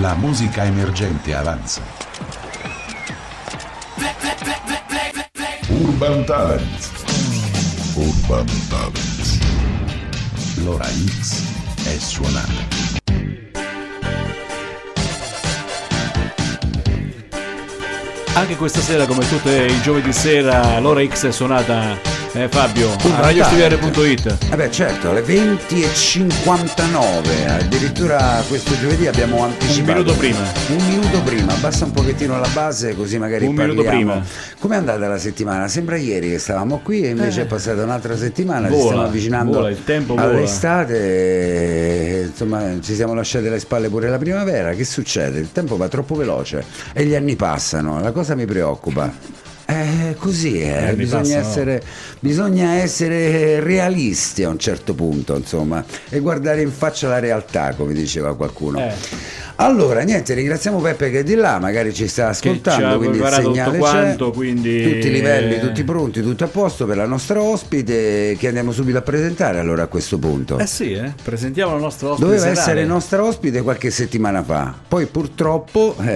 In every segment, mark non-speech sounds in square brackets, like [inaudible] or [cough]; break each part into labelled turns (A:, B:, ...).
A: La musica emergente avanza. Urban Talent. Urban Talent. L'ora X è suonata.
B: Anche questa sera, come tutte i giovedì sera, l'ora X è suonata, eh, Fabio, a radiostudiare.it.
C: Eh beh certo, alle 20.59, addirittura questo giovedì abbiamo anticipato.
B: minuto prima.
C: Un minuto prima, abbassa un pochettino la base così magari
B: Un
C: parliamo.
B: minuto prima.
C: Com'è andata la settimana? Sembra ieri che stavamo qui e invece è passata un'altra settimana, ci
B: Vola,
C: stiamo avvicinando
B: vola, il tempo vola.
C: all'estate, e, Eh, insomma ci siamo lasciati alle spalle pure la primavera, che succede? Il tempo va troppo veloce e gli anni passano, la cosa mi preoccupa. Eh, così è,
B: anni
C: bisogna
B: passano.
C: essere essere- bisogna essere realisti a un certo punto, insomma, e guardare in faccia la realtà, come diceva qualcuno.
B: Eh.
C: Allora, niente, ringraziamo Peppe che è di là, magari ci sta ascoltando,
B: ci ha
C: quindi il
B: preparato
C: segnale
B: tutto
C: c'è.
B: quanto, quindi- eh.
C: tutti i livelli, tutti pronti, tutto a posto per la nostra ospite che andiamo subito a presentare allora a questo punto.
B: Eh sì, eh. presentiamo la nostra ospite
C: Doveva
B: serale.
C: essere nostra ospite qualche settimana fa, poi purtroppo eh,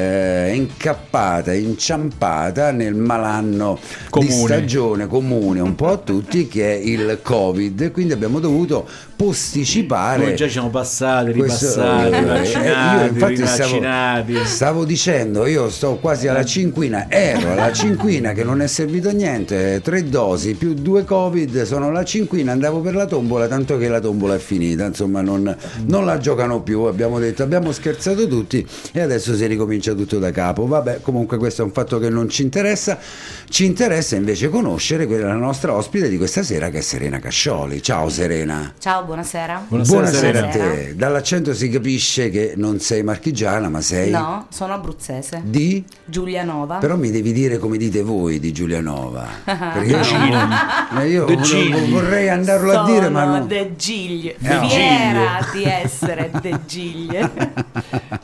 C: è incappata, inciampata nel malanno
B: Comune.
C: di stagione comune un po' a tutti che è il Covid, quindi abbiamo dovuto posticipare.
B: Noi già ci siamo passati,
C: questo-
B: ripassati,
C: eh, io
B: vaccinati, eh,
C: infatti stavo,
B: rinvaccinati.
C: stavo dicendo, io sto quasi alla cinquina, ero alla cinquina che non è servito a niente, tre dosi più due covid, sono alla cinquina, andavo per la tombola, tanto che la tombola è finita, insomma non, non la giocano più, abbiamo detto, abbiamo scherzato tutti e adesso si ricomincia tutto da capo, vabbè comunque questo è un fatto che non ci interessa, ci interessa invece conoscere quella la nostra ospite di questa sera che è Serena Cascioli, ciao Serena.
D: Ciao, buonasera.
B: Buonasera,
C: Buonasera a
D: Serena.
C: te, dall'accento si capisce che non sei marchigiana ma sei...
D: No, sono abruzzese.
C: Di?
D: Giulianova.
C: Però mi devi dire come dite voi di
D: [laughs]
C: Giulianova. Perché io, eh, io
B: De
C: vo-
B: Gigli.
C: vorrei andarlo a dire, ma
D: Sono
C: no.
D: De Giglie.
C: No.
D: Fiera di essere De Giglie.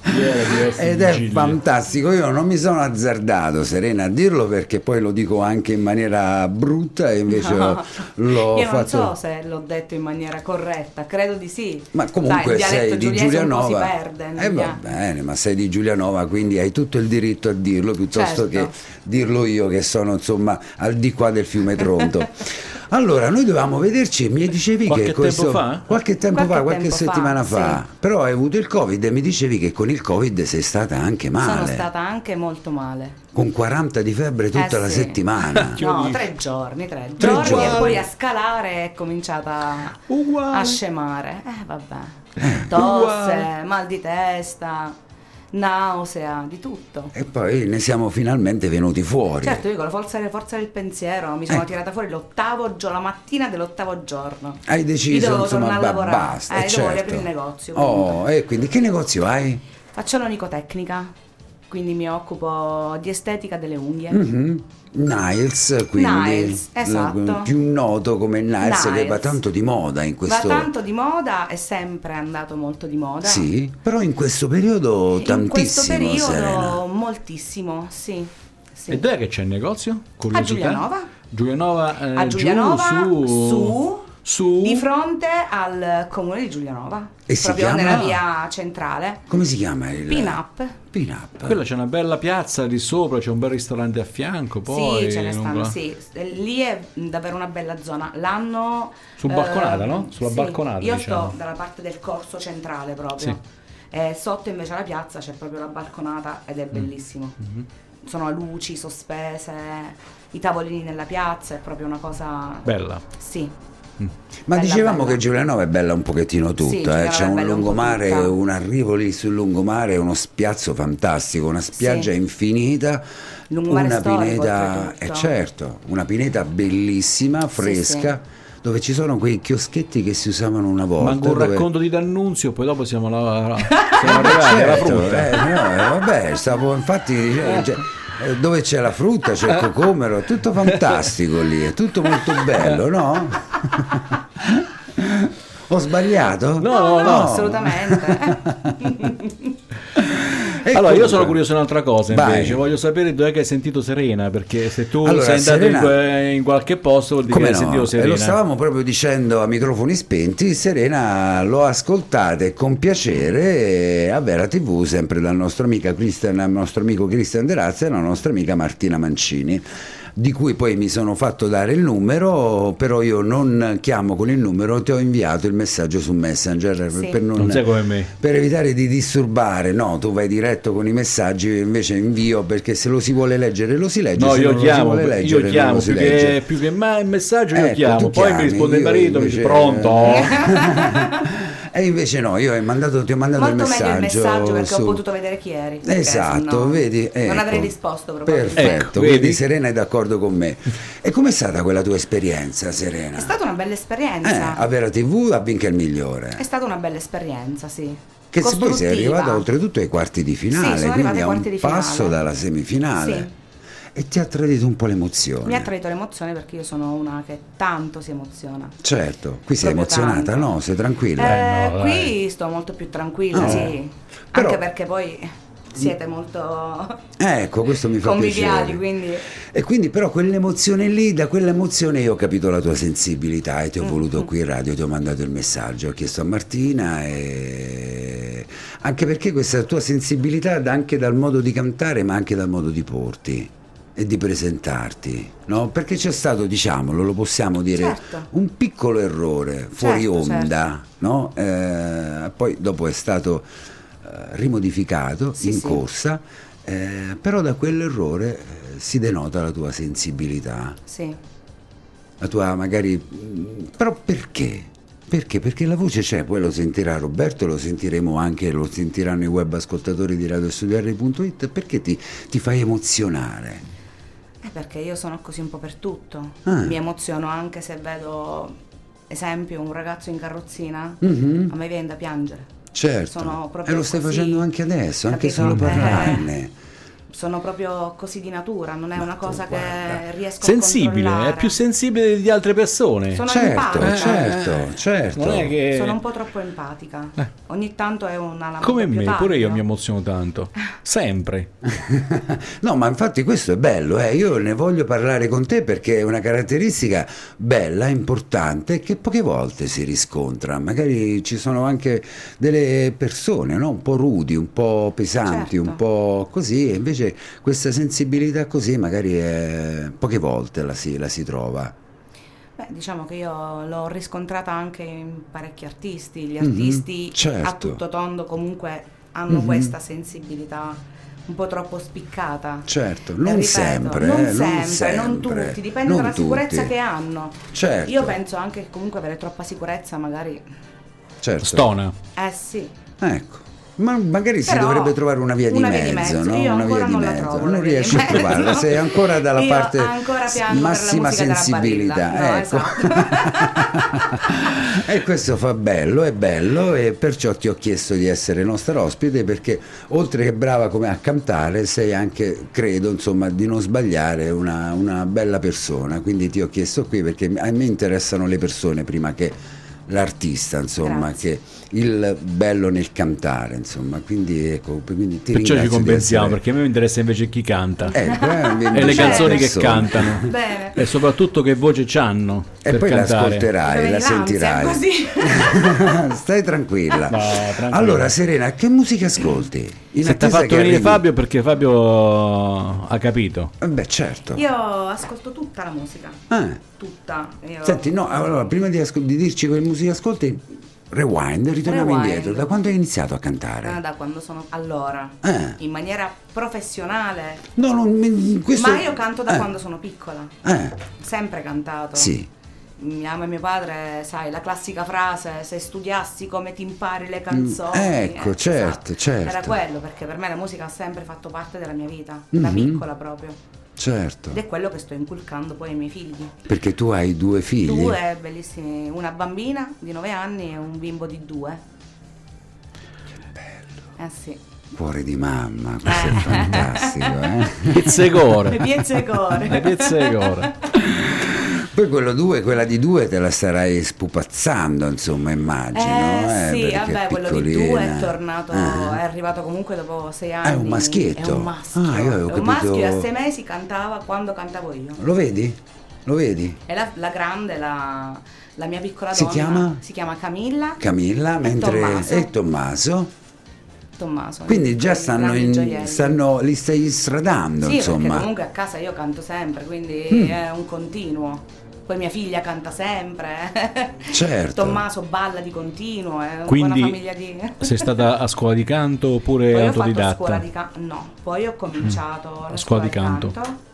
C: Ed è fantastico, io non mi sono azzardato Serena a dirlo perché poi lo dico anche in maniera brutta e
D: [laughs]
C: invece
D: No.
C: [laughs] l'ho
D: Io
C: fatto...
D: non so se l'ho detto in maniera corretta, credo di sì.
C: Ma comunque
D: Sai, il dialetto
C: sei di
D: giuliese Un po
C: Giulianova.
D: si perde. non
C: Eh, va
D: mi-
C: bene, ma sei di Giulianova, quindi hai tutto il diritto a dirlo piuttosto
D: Certo.
C: che dirlo io che sono insomma al di qua del fiume
D: [laughs]
C: Tronto. allora, noi dovevamo vederci, mi dicevi
B: Qualche
C: che
B: tempo
C: questo
B: fa?
C: qualche tempo
D: Qualche
C: fa, qualche
D: tempo fa,
C: settimana fa,
D: sì.
C: però hai avuto il Covid e mi dicevi che con il Covid sei stata anche male.
D: Sono stata anche molto male.
C: Con 40 di febbre tutta
D: Eh,
C: la
D: sì.
C: [laughs] settimana.
D: [laughs] No, tre giorni, tre,
C: Tre
D: giorni,
C: giorni.
D: e poi a scalare è cominciata
B: Uguale.
D: a scemare. Eh vabbè. Tosse, mal di testa, nausea, di tutto.
C: e poi ne siamo finalmente venuti fuori.
D: Certo, io con la forza, forza del pensiero mi sono
C: Eh.
D: tirata fuori l'ottavo giorno, la mattina dell'ottavo giorno.
C: Hai
D: Io
C: deciso,
D: dovevo
C: insomma,
D: tornare a
C: ba-
D: lavorare.
C: basta.
D: Eh,
C: eh,
D: dovevo
C: certo.
D: riaprire il negozio,
C: Oh,
D: comunque.
C: e quindi che negozio hai?
D: Faccio l'onicotecnica, quindi mi occupo di estetica delle unghie.
C: Mhm. Niles, quindi
D: Niles,
C: eh,
D: esatto.
C: più noto come Niles, che
D: Niles.
C: va tanto di moda in questo
D: Va tanto di moda, è sempre andato molto di moda.
C: Sì, però in questo periodo
D: In questo
C: tantissimo
D: periodo
C: Serena.
D: moltissimo, sì. sì.
B: E dov'è che c'è il negozio? Curiosità.
D: Giulianova.
B: Giulianova, eh,
D: a
B: giù,
D: Giulianova
B: su,
D: su,
B: su-
D: di fronte al comune di Giulianova,
C: E si
D: proprio
C: chiama?
D: nella via centrale.
C: Come si chiama il
D: Pin up.
C: Pin up.
B: Quella c'è una bella piazza lì sopra, c'è un bel ristorante a fianco. Poi,
D: sì, ce ne
B: non
D: stanno,
B: va-
D: sì. Eh, Lì è davvero una bella zona. L'hanno eh,
B: Su balconata, no? Sulla
D: sì.
B: balconata,
D: Io
B: diciamo.
D: sto dalla parte del corso centrale proprio.
B: Sì.
D: E sotto invece la piazza c'è proprio la balconata ed è
B: Mm.
D: bellissimo.
B: Mm-hmm.
D: Sono luci sospese, i tavolini nella piazza, è proprio una cosa
B: Bella.
D: Sì.
C: Ma
D: Bella,
C: dicevamo
D: bella.
C: che Giulianova è bella un pochettino tutta,
D: Sì,
C: eh.
D: Giulianova
C: c'è
D: è
C: un
D: bella un po'
C: lungomare,
D: tutta.
C: un arrivo lì sul lungomare, uno spiazzo fantastico, una spiaggia
D: Sì.
C: infinita,
D: Lungomare
C: una
D: storico,
C: pineta,
D: oltretutto.
C: eh, certo, una pineta bellissima, fresca, dove ci sono quei chioschetti che si usavano una volta.
B: Manco un
C: dove- Eh,
B: racconto di D'Annunzio, poi dopo siamo,
C: [laughs]
B: alla, siamo arrivati alla
C: Certo,
B: frutta.
C: eh, no, eh, vabbè, stavo infatti dicevo, cioè, eh, dove c'è la frutta, c'è il cocomero, è tutto fantastico lì, è tutto molto bello,
B: [laughs]
C: no? Ho sbagliato?
B: No, no, no. [laughs]
D: assolutamente.
C: E
B: allora, io
C: comunque-
B: sono curioso di un'altra cosa
C: Vai.
B: invece, voglio sapere dove hai sentito Serena, perché se tu
C: Allora,
B: sei andato in
C: Serena-
B: que- in qualche posto vuol dire che
C: Come
B: hai
C: no?
B: sentito
C: E
B: Serena.
C: lo stavamo proprio dicendo a microfoni spenti, Serena lo ascoltate con piacere eh, a Vera TV, sempre dal nostro, amica Christian, dal nostro amico Christian De Razza e la nostra amica Martina Mancini, di cui poi mi sono fatto dare il numero, però io non chiamo con il numero, ti ho inviato il messaggio su Messenger
D: Sì.
C: per non...
B: Non sei come me.
C: per evitare di disturbare, no, tu vai diretto con i messaggi, io invece invio perché se lo si vuole leggere lo si legge,
B: No,
C: se
B: io
C: non lo
B: chiamo,
C: si vuole leggere
B: io
C: non
B: chiamo
C: lo si
B: più
C: legge.
B: che, più che mai il messaggio io
C: Ecco,
B: chiamo,
C: tu
B: poi mi
C: chiami,
B: risponde il
C: io
B: marito, mi dice
C: invece-
B: pronto.
C: [laughs] E invece no, io ho mandato- ti ho mandato
D: Molto
C: il messaggio.
D: meglio il messaggio perché
C: su-
D: ho potuto vedere chi eri. perché
C: Esatto,
D: sennò
C: vedi.
D: Non
C: ecco.
D: avrei risposto probabilmente.
C: Perfetto,
B: Ecco,
C: quindi
B: vedi?
C: Serena è d'accordo con me. E com'è stata quella tua esperienza, Serena?
D: È stata una bella
C: Eh,
D: esperienza.
C: a Vera TV a vinca il
D: È
C: migliore.
D: stata una bella esperienza, sì.
C: Che se poi sei
D: Costruttiva.
C: arrivata oltretutto ai quarti di finale,
D: Sì, sono
C: quindi
D: arrivata ai
C: a un
D: quarti di finale.
C: passo dalla semifinale.
D: Sì.
C: E ti ha tradito un po' l'emozione.
D: Mi ha tradito l'emozione perché io sono una che tanto si emoziona.
C: Certo, qui sei
D: Proprio
C: emozionata,
D: tanto.
C: no? Sei tranquilla.
D: Eh,
B: no, dai.
D: qui sto molto più tranquilla,
C: Eh.
D: sì.
C: Però-
D: Anche perché poi siete molto
C: Ecco, questo mi fa
D: conviviali,
C: piacere.
D: quindi
C: E quindi però quell'emozione lì, da quell'emozione io ho capito la tua sensibilità e ti ho voluto
D: Mm-hmm.
C: qui in radio, ti ho mandato il messaggio, ho chiesto a Martina e... anche perché questa tua sensibilità da- anche dal modo di cantare ma anche dal modo di porti e di presentarti, no? Perché c'è stato, diciamolo, lo possiamo dire,
D: Certo.
C: un piccolo errore fuori
D: Certo,
C: onda, Ah, no? Eh, poi dopo è stato eh, rimodificato
D: Sì,
C: in
D: sì.
C: corsa, eh, però da quell'errore eh, si denota la tua sensibilità,
D: sì.
C: la tua magari... mh, però perché? Perché? Perché la voce c'è, poi lo sentirà Roberto, lo sentiremo anche, lo sentiranno i web ascoltatori di radiostudiare.it, perché ti, ti fai emozionare?
D: Eh, perché io sono così un po' per tutto.
C: Ah.
D: Mi emoziono anche se vedo, esempio, un ragazzo in carrozzina,
C: Mhm.
D: a me viene da piangere.
C: Certo,
D: Sono proprio
C: e lo stai
D: così,
C: facendo anche adesso, anche
D: capito?
C: solo
D: Eh.
C: parlarne.
D: Sono proprio così di natura, non è una
C: tu
D: cosa
C: guarda.
D: che riesco a
B: Sensibile,
D: controllare.
B: è più sensibile di altre persone.
D: Sono
C: certo,
D: empatica.
C: certo, certo.
B: Eh. Non è che
D: Sono un po' troppo empatica.
C: eh.
D: Ogni tanto è una lama
B: come
D: un po'
B: me,
D: più
B: pure io
D: tarda.
B: mi emoziono
D: [laughs]
B: tanto. Sempre.
C: [laughs] No, ma infatti questo è bello, eh, io ne voglio parlare con te perché è una caratteristica bella, importante, che poche volte si riscontra. Magari ci sono anche delle persone no? un po' rudi, un po' pesanti,
D: Certo.
C: un po' così, e invece questa sensibilità così magari è- poche volte la si, la si trova.
D: Beh, diciamo che io l'ho riscontrata anche in parecchi artisti. Gli artisti a
C: Mm-hmm. certo. Mm-hmm.
D: tutto tondo comunque hanno questa sensibilità un po' troppo spiccata.
C: Certo,
D: E
C: non
D: ripeto,
C: sempre,
D: non,
C: eh, non
D: sempre, non
C: sempre,
D: tutti, dipende
C: non
D: dalla sicurezza
C: tutti.
D: che hanno.
C: Certo.
D: Io penso anche che comunque avere troppa sicurezza magari...
C: Certo.
B: Stona.
D: Eh sì,
C: Ecco. Ma magari si
D: Però
C: dovrebbe trovare una via di
D: una
C: mezzo,
D: via di mezzo,
C: no?
D: io
C: una via
D: ancora
C: di
D: non la
C: mezzo.
D: trovo,
C: non
D: la via di
C: riesci a
D: mezzo.
C: trovarla, sei ancora dalla
D: Io
C: parte
D: ancora piango per la
C: massima
D: musica della
C: sensibilità.
D: Barilla.
C: ecco.
D: No,
C: [laughs]
D: esatto.
C: e questo fa bello, è bello e perciò ti ho chiesto di essere nostra ospite perché oltre che brava come a cantare sei anche, credo, insomma, di non sbagliare una, una bella persona. Quindi ti ho chiesto qui perché a me interessano le persone prima che l'artista, insomma,
D: Grazie.
C: che il bello nel cantare, insomma, quindi ecco, quindi
B: Perciò ci
C: ti ringrazio di
B: compensiamo,
C: essere-
B: perché a me mi interessa invece chi canta.
C: Ecco,
B: [laughs]
C: eh,
B: e le
C: invece
B: canzoni che
C: persone. [laughs]
B: cantano.
D: Bene.
B: E soprattutto che voce c'hanno
C: E
B: per
C: poi
B: cantare.
C: l'ascolterai,
D: Dove
C: la
D: mi lanzia,
C: sentirai. [laughs]
D: così.
C: Stai tranquilla.
B: No, tranquilla.
C: Allora, Serena, che musica ascolti?
B: Se
C: In
B: ti ha
C: attesa
B: fatto
C: che
B: venire
C: arrivi-
B: Fabio perché Fabio ha capito.
C: Eh Beh, certo.
D: Io ascolto tutta la musica,
C: Ah,
D: tutta. Io-
C: Senti, no, allora, prima di, ascol- di dirci che musica ascolti, rewind, ritorniamo
D: Rewind.
C: indietro. Da quando hai iniziato a
D: Ah,
C: cantare?
D: da quando sono allora,
C: Eh.
D: in maniera professionale.
C: No, no, mi- questo...
D: Ma io canto da
C: Eh,
D: quando sono piccola,
C: Eh,
D: sempre cantato.
C: sì.
D: Mia mamma e mio padre, sai, la classica frase, se studiassi come ti impari le canzoni.
C: Mm, ecco,
D: si
C: certo,
D: sa.
C: certo.
D: Era quello, perché per me la musica ha sempre fatto parte della mia vita, da
C: Mhm.
D: piccola proprio.
C: Certo,
D: Ed è quello che sto inculcando poi ai miei figli.
C: perché tu hai due figli.
D: Due bellissimi, una bambina di 9 anni e un bimbo di 2. Eh sì.
C: Cuore di mamma, questo è
D: [laughs]
C: fantastico, eh?
B: Pizzegore.
D: Le piezze core.
B: Pizzegore.
C: Poi quello due, quella di due te la starai spupazzando, insomma, immagino.
D: Eh,
C: eh,
D: sì,
C: perché è
D: vabbè, quello di due è
C: piccolina.
D: tornato,
C: Ah.
D: è arrivato comunque dopo sei anni.
C: Ah, è un maschietto?
D: È un maschio.
C: Ah, io avevo
D: è
C: capito-
D: un maschio e a sei mesi cantava quando cantavo io.
C: Lo vedi? Lo vedi?
D: E la, la grande, la, la mia piccola
C: Si
D: donna,
C: chiama?
D: si chiama Camilla
C: Camilla
D: e
C: mentre
D: Tommaso.
C: e Tommaso.
D: Tommaso.
C: Quindi
D: i
C: già stanno,
D: grandi
C: in-
D: gioielli.
C: stanno- li stai stradando,
D: Sì, perché
C: insomma.
D: comunque a casa io canto sempre, quindi è un continuo. Poi mia figlia canta sempre. eh.
C: Certo.
D: Tommaso balla di continuo, è una
B: Quindi
D: famiglia di...
B: sei stata a scuola di canto oppure
D: [laughs] Poi ho fatto
B: autodidatta?
D: scuola di canto, no, poi ho cominciato
B: scuola
D: la scuola,
B: di
D: di
B: canto.
D: canto.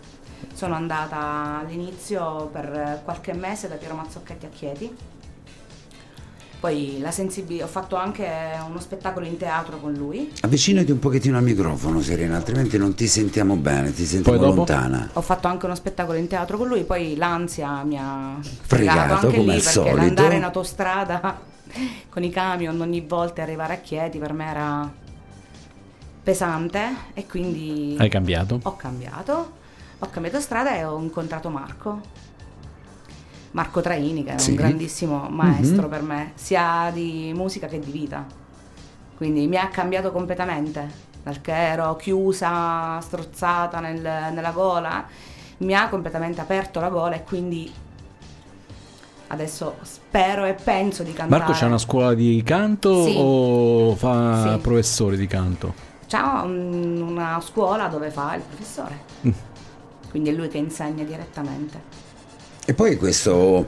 D: Sono andata all'inizio per eh, qualche mese da Piero Mazzocchetti a Chieti. Poi la sensibil- ho fatto anche uno spettacolo in teatro con lui.
C: Avvicinati un pochettino al microfono, Serena, altrimenti non ti sentiamo bene, ti sentiamo
B: dopo?
C: lontana.
D: Ho fatto anche uno spettacolo in teatro con lui, poi l'ansia mi ha
C: Fregato,
D: fregato anche
C: come
D: lì
C: al
D: perché
C: solito.
D: andare in autostrada [laughs] con i camion ogni volta e arrivare a Chieti per me era pesante e quindi
B: Hai cambiato?
D: ho cambiato, ho cambiato strada e ho incontrato Marco. Marco Traini, che è
C: Sì.
D: un grandissimo maestro
B: Mhm.
D: per me, sia di musica che di vita. Quindi mi ha cambiato completamente, perché ero chiusa, strozzata nel- nella gola, mi ha completamente aperto la gola e quindi adesso spero e penso di cantare.
B: Marco c'ha una scuola di canto
D: Sì.
B: o fa
D: Sì.
B: professore di canto?
D: C'ha un- una scuola dove fa il professore.
B: Mm.
D: Quindi è lui che insegna direttamente.
C: E poi questo,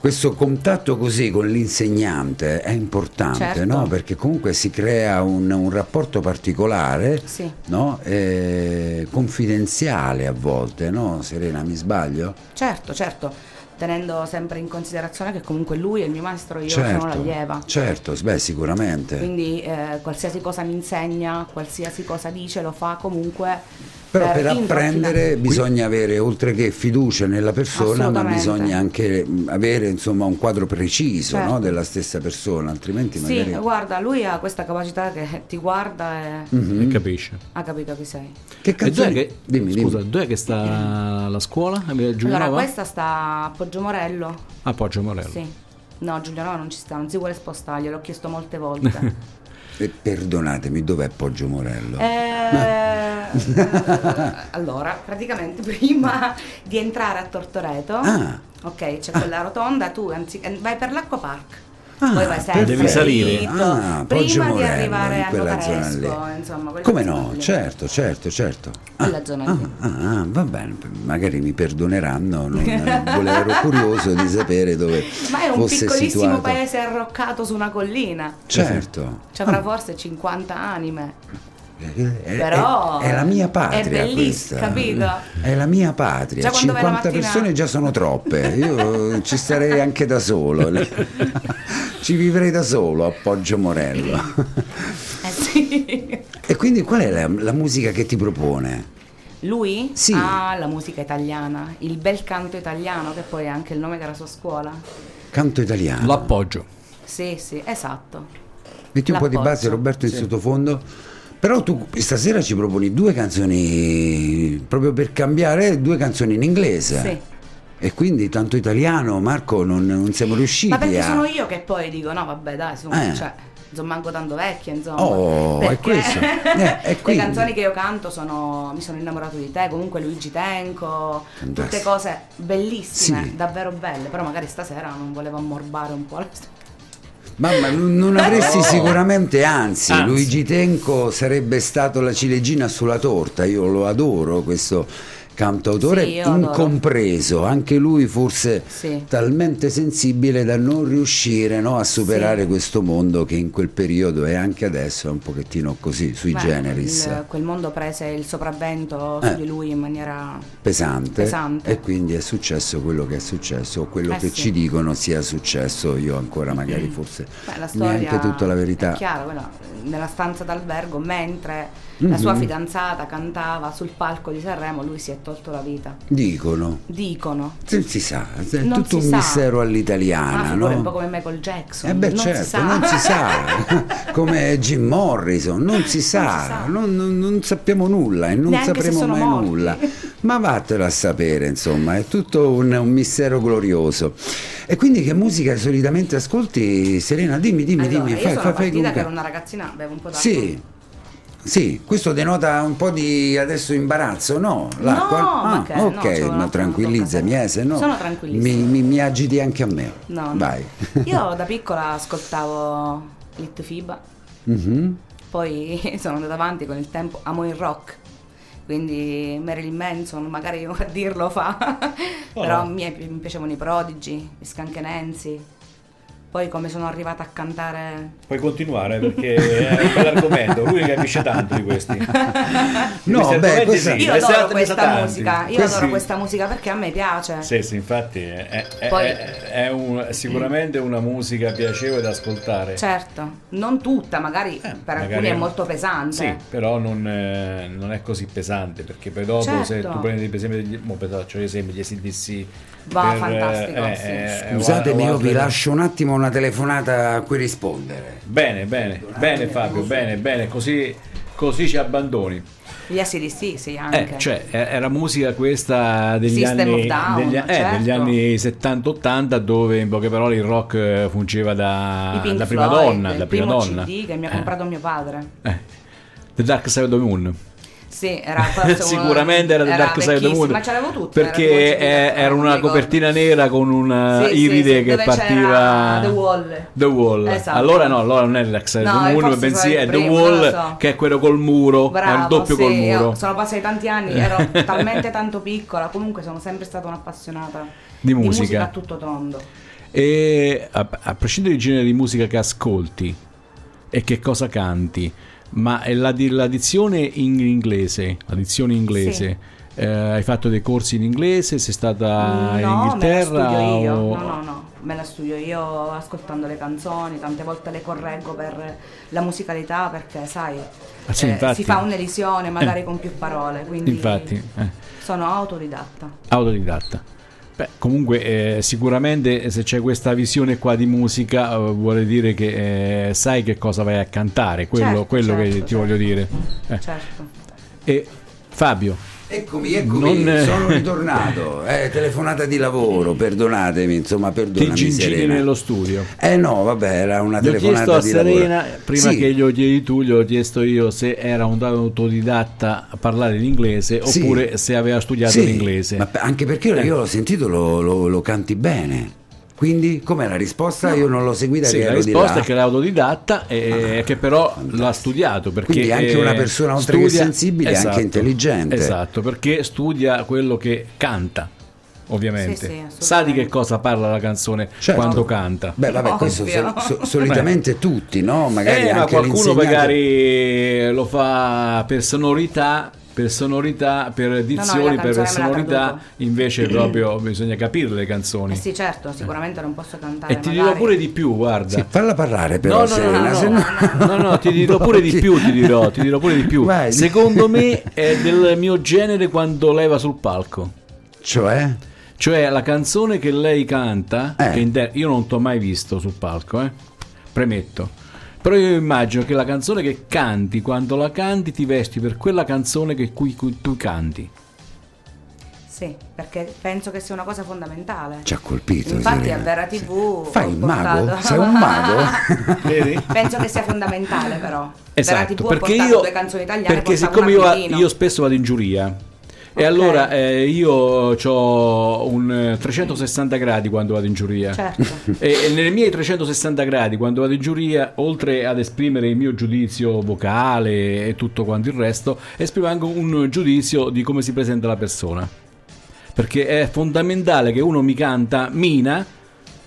C: questo contatto così con l'insegnante è importante,
D: Certo.
C: no? Perché comunque si crea un, un rapporto particolare,
D: Sì.
C: no? Eh, confidenziale a volte, no? Serena, mi sbaglio?
D: Certo, certo, tenendo sempre in considerazione che comunque lui è il mio maestro, io sono l'allieva.
C: certo, beh, sicuramente.
D: Quindi eh, qualsiasi cosa mi insegna, qualsiasi cosa dice, lo fa comunque.
C: Però per
D: introfinare.
C: apprendere bisogna avere oltre che fiducia nella persona, ma
D: Assolutamente.
C: bisogna anche mh, avere insomma un quadro preciso
D: Certo.
C: no, della stessa persona, altrimenti
D: Sì, eh,
C: magari. Mm.
D: guarda, lui ha questa capacità che ti guarda e
B: E capisce.
D: ha capito chi sei.
C: Che
B: E dov'è
C: Mm-hmm. canzoni?
B: che,
C: Dimmi, dimmi.
B: scusa, dov'è che sta la scuola? Giulianova?
D: Allora, questa sta a Poggio Morello.
B: A Poggio Morello.
D: Sì. No, Giulianova non ci sta, non si vuole spostare, gliel'ho chiesto
C: [laughs]
D: molte volte.
C: E Eh, perdonatemi, dov'è Poggio Morello?
D: Eh,
C: [laughs]
D: allora, praticamente prima di entrare a Tortoreto,
C: Ah.
D: ok, c'è quella rotonda, tu anzi- eh, vai per l'Acquapark.
C: Ah,
D: poi vai sempre
B: devi salire.
D: dritto,
C: Ah, Poggio
D: prima di
C: Morello,
D: arrivare
C: in
D: a
C: quella
D: Notaresco,
C: zona lì.
D: insomma, quella
C: Come
D: zona
C: no?
D: lì.
C: Certo, certo, certo.
D: Quella zona
C: Ah,
D: lì.
C: ah, ah, va bene, magari mi perdoneranno, non, volevo- ero curioso di sapere dove
D: [laughs] Ma è un
C: fosse
D: piccolissimo
C: situato.
D: paese arroccato su una collina.
C: Certo.
D: Ci avrà forse 50 anime.
C: Eh, è-
D: Però
C: è, è la mia
D: è
C: patria
D: bellissimo,
C: questa.
D: capito?
C: È la mia patria.
D: Già quando vai la
C: 50
D: mattina-
C: persone già sono troppe. Io ci starei anche da
D: [laughs]
C: solo. ci vivrei da solo a Poggio
D: [laughs]
C: Morello.
D: Eh [laughs] sì.
C: e quindi qual è la, la musica che ti propone?
D: Lui
C: Sì.
D: ha la musica italiana, il bel canto italiano, che poi è anche il nome della sua scuola.
C: Canto italiano.
B: L'appoggio.
D: Sì, sì, esatto.
C: Metti un po' di
D: l'appoggio.
C: base Roberto in sottofondo. Però tu stasera ci proponi due canzoni proprio per cambiare, due canzoni in inglese.
D: Sì.
C: E quindi tanto italiano, Marco, non, non siamo riusciti
D: Ma perché
C: a...
D: sono io che poi dico, no, vabbè, dai, su,
C: Eh.
D: cioè, non manco tanto vecchia, insomma.
C: Oh, è
D: Perché [laughs]
C: questo. Eh, è
D: Le
C: quindi.
D: canzoni che io canto sono Mi sono innamorato di te, comunque Luigi Tenco, tutte
C: Fantastico.
D: cose bellissime,
C: Sì.
D: davvero belle, però magari stasera non volevo ammorbare un po' la storia.
C: Mamma, non
D: [laughs]
C: non avresti sicuramente anzi,
B: Anzi.
C: Luigi Tenco sarebbe stato la ciliegina sulla torta, io lo adoro questo cantautore
D: Sì, io adoro.
C: incompreso, anche lui forse
D: Sì.
C: talmente sensibile da non riuscire no, a superare questo mondo che in quel periodo e anche adesso è un pochettino così, sui
D: Beh,
C: generis.
D: il- quel mondo prese il sopravvento
C: Eh.
D: su di lui in maniera
C: pesante,
D: Pesante.
C: e quindi è successo quello che è successo o quello
D: Eh
C: che
D: sì. Mm.
C: ci dicono sia successo io ancora magari forse
D: Beh, la storia
C: neanche tutta la verità
D: È chiaro, quella, nella
C: Mm-hmm.
D: stanza d'albergo, mentre la sua fidanzata cantava sul palco di Sanremo, lui si è tolto la vita.
C: Dicono.
D: Dicono.
C: Se Non si sa, è
D: Non
C: tutto
D: si
C: un
D: sa. Ah,
C: mistero
D: Una
C: all'italiana,
D: figura un po'
C: no?
D: come Michael Jackson.
C: Eh beh
D: non
C: certo,
D: si sa.
C: non si
D: [laughs]
C: sa, come Jim Morrison, non si sa,
D: sa.
C: non, non- non sappiamo nulla e non
D: Neanche se
C: sapremo
D: sono
C: mai
D: morti.
C: nulla. Ma vattelo a sapere, insomma, è tutto un, un mistero glorioso. E quindi che musica solitamente ascolti, Serena? Dimmi, dimmi,
D: Allora,
C: dimmi,
D: io
C: fai,
D: sono
C: fai, fai
D: partita
C: con
D: che
C: calma.
D: ero una ragazzina, bevo un po' d'acqua.
C: Sì. Sì, questo denota un po' di adesso imbarazzo, no? L'acqua?
D: No, ma
C: Ah,
D: che- no,
C: ok,
D: ce l'ho
C: ma
D: l'acqua,
C: tranquillizzami,
D: non tocca a
C: eh,
D: te.
C: se no
D: Sono
C: mi,
D: tranquillissima.
C: mi, mi agiti anche a me.
D: No, no.
C: Vai. [laughs]
D: Io da piccola ascoltavo Lit Fiba,
C: Mhm.
D: poi [laughs] sono andata avanti con il tempo, amo il rock, quindi Marilyn Manson, magari [laughs] a
B: [laughs]
D: dirlo fa,
B: Oh.
D: però mi, mi piacevano i Prodigy, i Scancanensi, poi come sono arrivata a cantare...
B: Puoi continuare perché è un bell'argomento, lui ne capisce tanto di questi.
C: No,
B: Questi
C: beh,
B: argomenti
C: questa-
B: [laughs] sì, Eh,
D: Io
B: ne sa-
D: adoro
B: ne sa
D: questa
B: tanti.
D: musica, io
B: Questi-
D: adoro questa musica perché a me piace.
B: Sì, sì, infatti è, è-
D: Poi-
B: è- è un- sicuramente una musica piacevole da ascoltare.
D: Certo, non tutta, magari
B: Eh,
D: per
B: magari-
D: alcuni è molto pesante.
B: Sì, però non, eh, non è così pesante perché poi dopo se
D: Certo.
B: tu prendi per esempio gli, mo, per faccio l'esempio, gli SDC
D: Va,
B: eh,
D: fantastico, sì.
C: Scusatemi, io vi lascio un attimo una telefonata a cui rispondere.
B: Bene, bene, bene Fabio, bene, bene, così, così ci abbandoni.
D: Gli ACDC sì, anche.
B: Eh, cioè, eh, era musica questa degli
D: System
B: anni,
D: of Down,
B: degli, eh,
D: certo.
B: degli anni 70-80 dove in poche parole il rock eh, fungeva da,
D: I Pink
B: da prima
D: Floyd,
B: donna,
D: il
B: da prima
D: primo
B: donna.
D: CD che mi ha
B: Eh,
D: comprato mio padre.
B: eh. The Dark Side of the Moon.
D: Sì, era Ah,
B: [laughs]
D: forse uno-
B: Sicuramente era The Dark Side of the
D: vecchissimo,
B: Moon.
D: Ma ce l'avevo tutto.
B: Perché eh, era una copertina nera con una iride che partiva
D: The Wall.
B: The Wall.
D: Esatto.
B: Allora no, allora non è The Side
D: No,
B: of the Moon,
D: forse
B: bensì
D: sarà
B: è
D: il
B: The
D: primo,
B: Wall
D: lo so.
B: che è quello col muro,
D: Bravo,
B: è il doppio
D: sì,
B: col
D: io-
B: muro.
D: Sono passati tanti anni,
B: [laughs]
D: ero talmente tanto piccola, comunque sono sempre stata un'appassionata
B: Di
D: di musica,
B: musica.
D: a tutto tondo.
B: E a, a prescindere dal genere di musica che ascolti e che cosa canti, ma è la, di- la dizione in inglese, la dizione inglese. eh, hai fatto dei corsi in inglese? Sei stata Ah, in
D: no, me la
B: Inghilterra?
D: studio io.
B: o-
D: No, no, no, me la studio io ascoltando le canzoni, tante volte le correggo per la musicalità perché sai, eh,
B: Ah, sì, infatti.
D: si fa un'elisione magari
B: Eh.
D: con più parole, quindi
B: Infatti, eh,
D: sono autodidatta.
B: autodidatta. Beh, comunque eh, sicuramente se c'è questa visione qua di musica eh, vuole dire che eh, sai che cosa vai a cantare, quello,
D: Certo,
B: quello che
D: certo,
B: ti
D: certo.
B: voglio dire. Eh,
D: Certo.
B: E Fabio,
C: Eccomi, eccomi,
B: Non, eh.
C: sono ritornato. Eh, telefonata di lavoro, perdonatemi, insomma,
B: ti
C: perdonami
B: gingini
C: Serena.
B: nello studio.
C: Eh no, vabbè, era una
B: Gli ho chiesto
C: telefonata
B: a
C: di lavoro.
B: Serena, prima
C: Sì.
B: che glielo chiedi tu, glielo ho chiesto io se era un autodidatta a parlare l'inglese
C: Sì.
B: oppure se aveva studiato
C: Sì,
B: l'inglese. Eh.
C: Ma pe- anche perché io, io l'ho sentito, lo, lo- lo canti bene. Quindi, com'è la risposta? Io non l'ho seguita.
B: Sì,
C: che
B: la
C: ero di
B: risposta
C: là.
B: è che era autodidatta e che però l'ha studiato perché
C: Quindi anche
B: eh,
C: una persona, oltre che sensibile, è anche intelligente.
B: Esatto, perché studia quello che canta, ovviamente.
D: Sì, sì, assolutamente.
B: Sa di che cosa parla la canzone
C: Certo.
B: quando canta.
C: Beh, vabbè, questo
D: Ovvio.
C: so- so- solitamente tutti, no? Magari
B: Eh, ma
C: anche
B: qualcuno
C: l'insegnante-
B: magari lo fa per sonorità, per sonorità, per
D: la
B: dizioni, per
D: canzone me la
B: sonorità,
D: traduco.
C: Eh.
B: invece proprio bisogna capire le
D: Eh
B: canzoni.
D: sì, certo, sicuramente non posso cantare
B: E ti dirò
D: magari.
B: pure di più, guarda.
C: Sì, falla parlare però,
B: No, no, no,
C: Serena,
B: no,
C: se
B: no, no, no, no, ti
C: [laughs]
B: dirò pure di più, ti dirò, ti dirò pure di più.
C: Vai.
B: Secondo me è del mio genere quando leva sul palco.
C: [laughs] Cioè?
B: Cioè la canzone che lei canta,
C: Eh.
B: che inter- io non t'ho mai visto sul palco, eh? premetto. Però io immagino che la canzone che canti, quando la canti ti vesti per quella canzone che cui, cui tu canti.
D: Sì, perché penso che sia una cosa fondamentale.
C: Ci ha colpito.
D: Infatti
C: Serena.
D: a Vera TV ho
C: Fai il
D: portato-
C: mago? Sei un
D: [laughs]
C: mago?
B: [laughs] Vedi?
D: Penso che sia fondamentale però. Vera
B: Esatto,
D: TV ha
B: perché
D: portato
B: io,
D: due canzoni italiane
B: perché
D: portava
B: siccome
D: una
B: io,
D: Aquilino.
B: io spesso vado in giuria e
D: Ok.
B: allora eh, io ho un eh, 360 gradi quando vado in giuria.
D: Certo.
B: E, e nei miei 360 gradi, quando vado in giuria, oltre ad esprimere il mio giudizio vocale e tutto quanto il resto, esprimo anche un giudizio di come si presenta la persona. Perché è fondamentale che uno mi canta Mina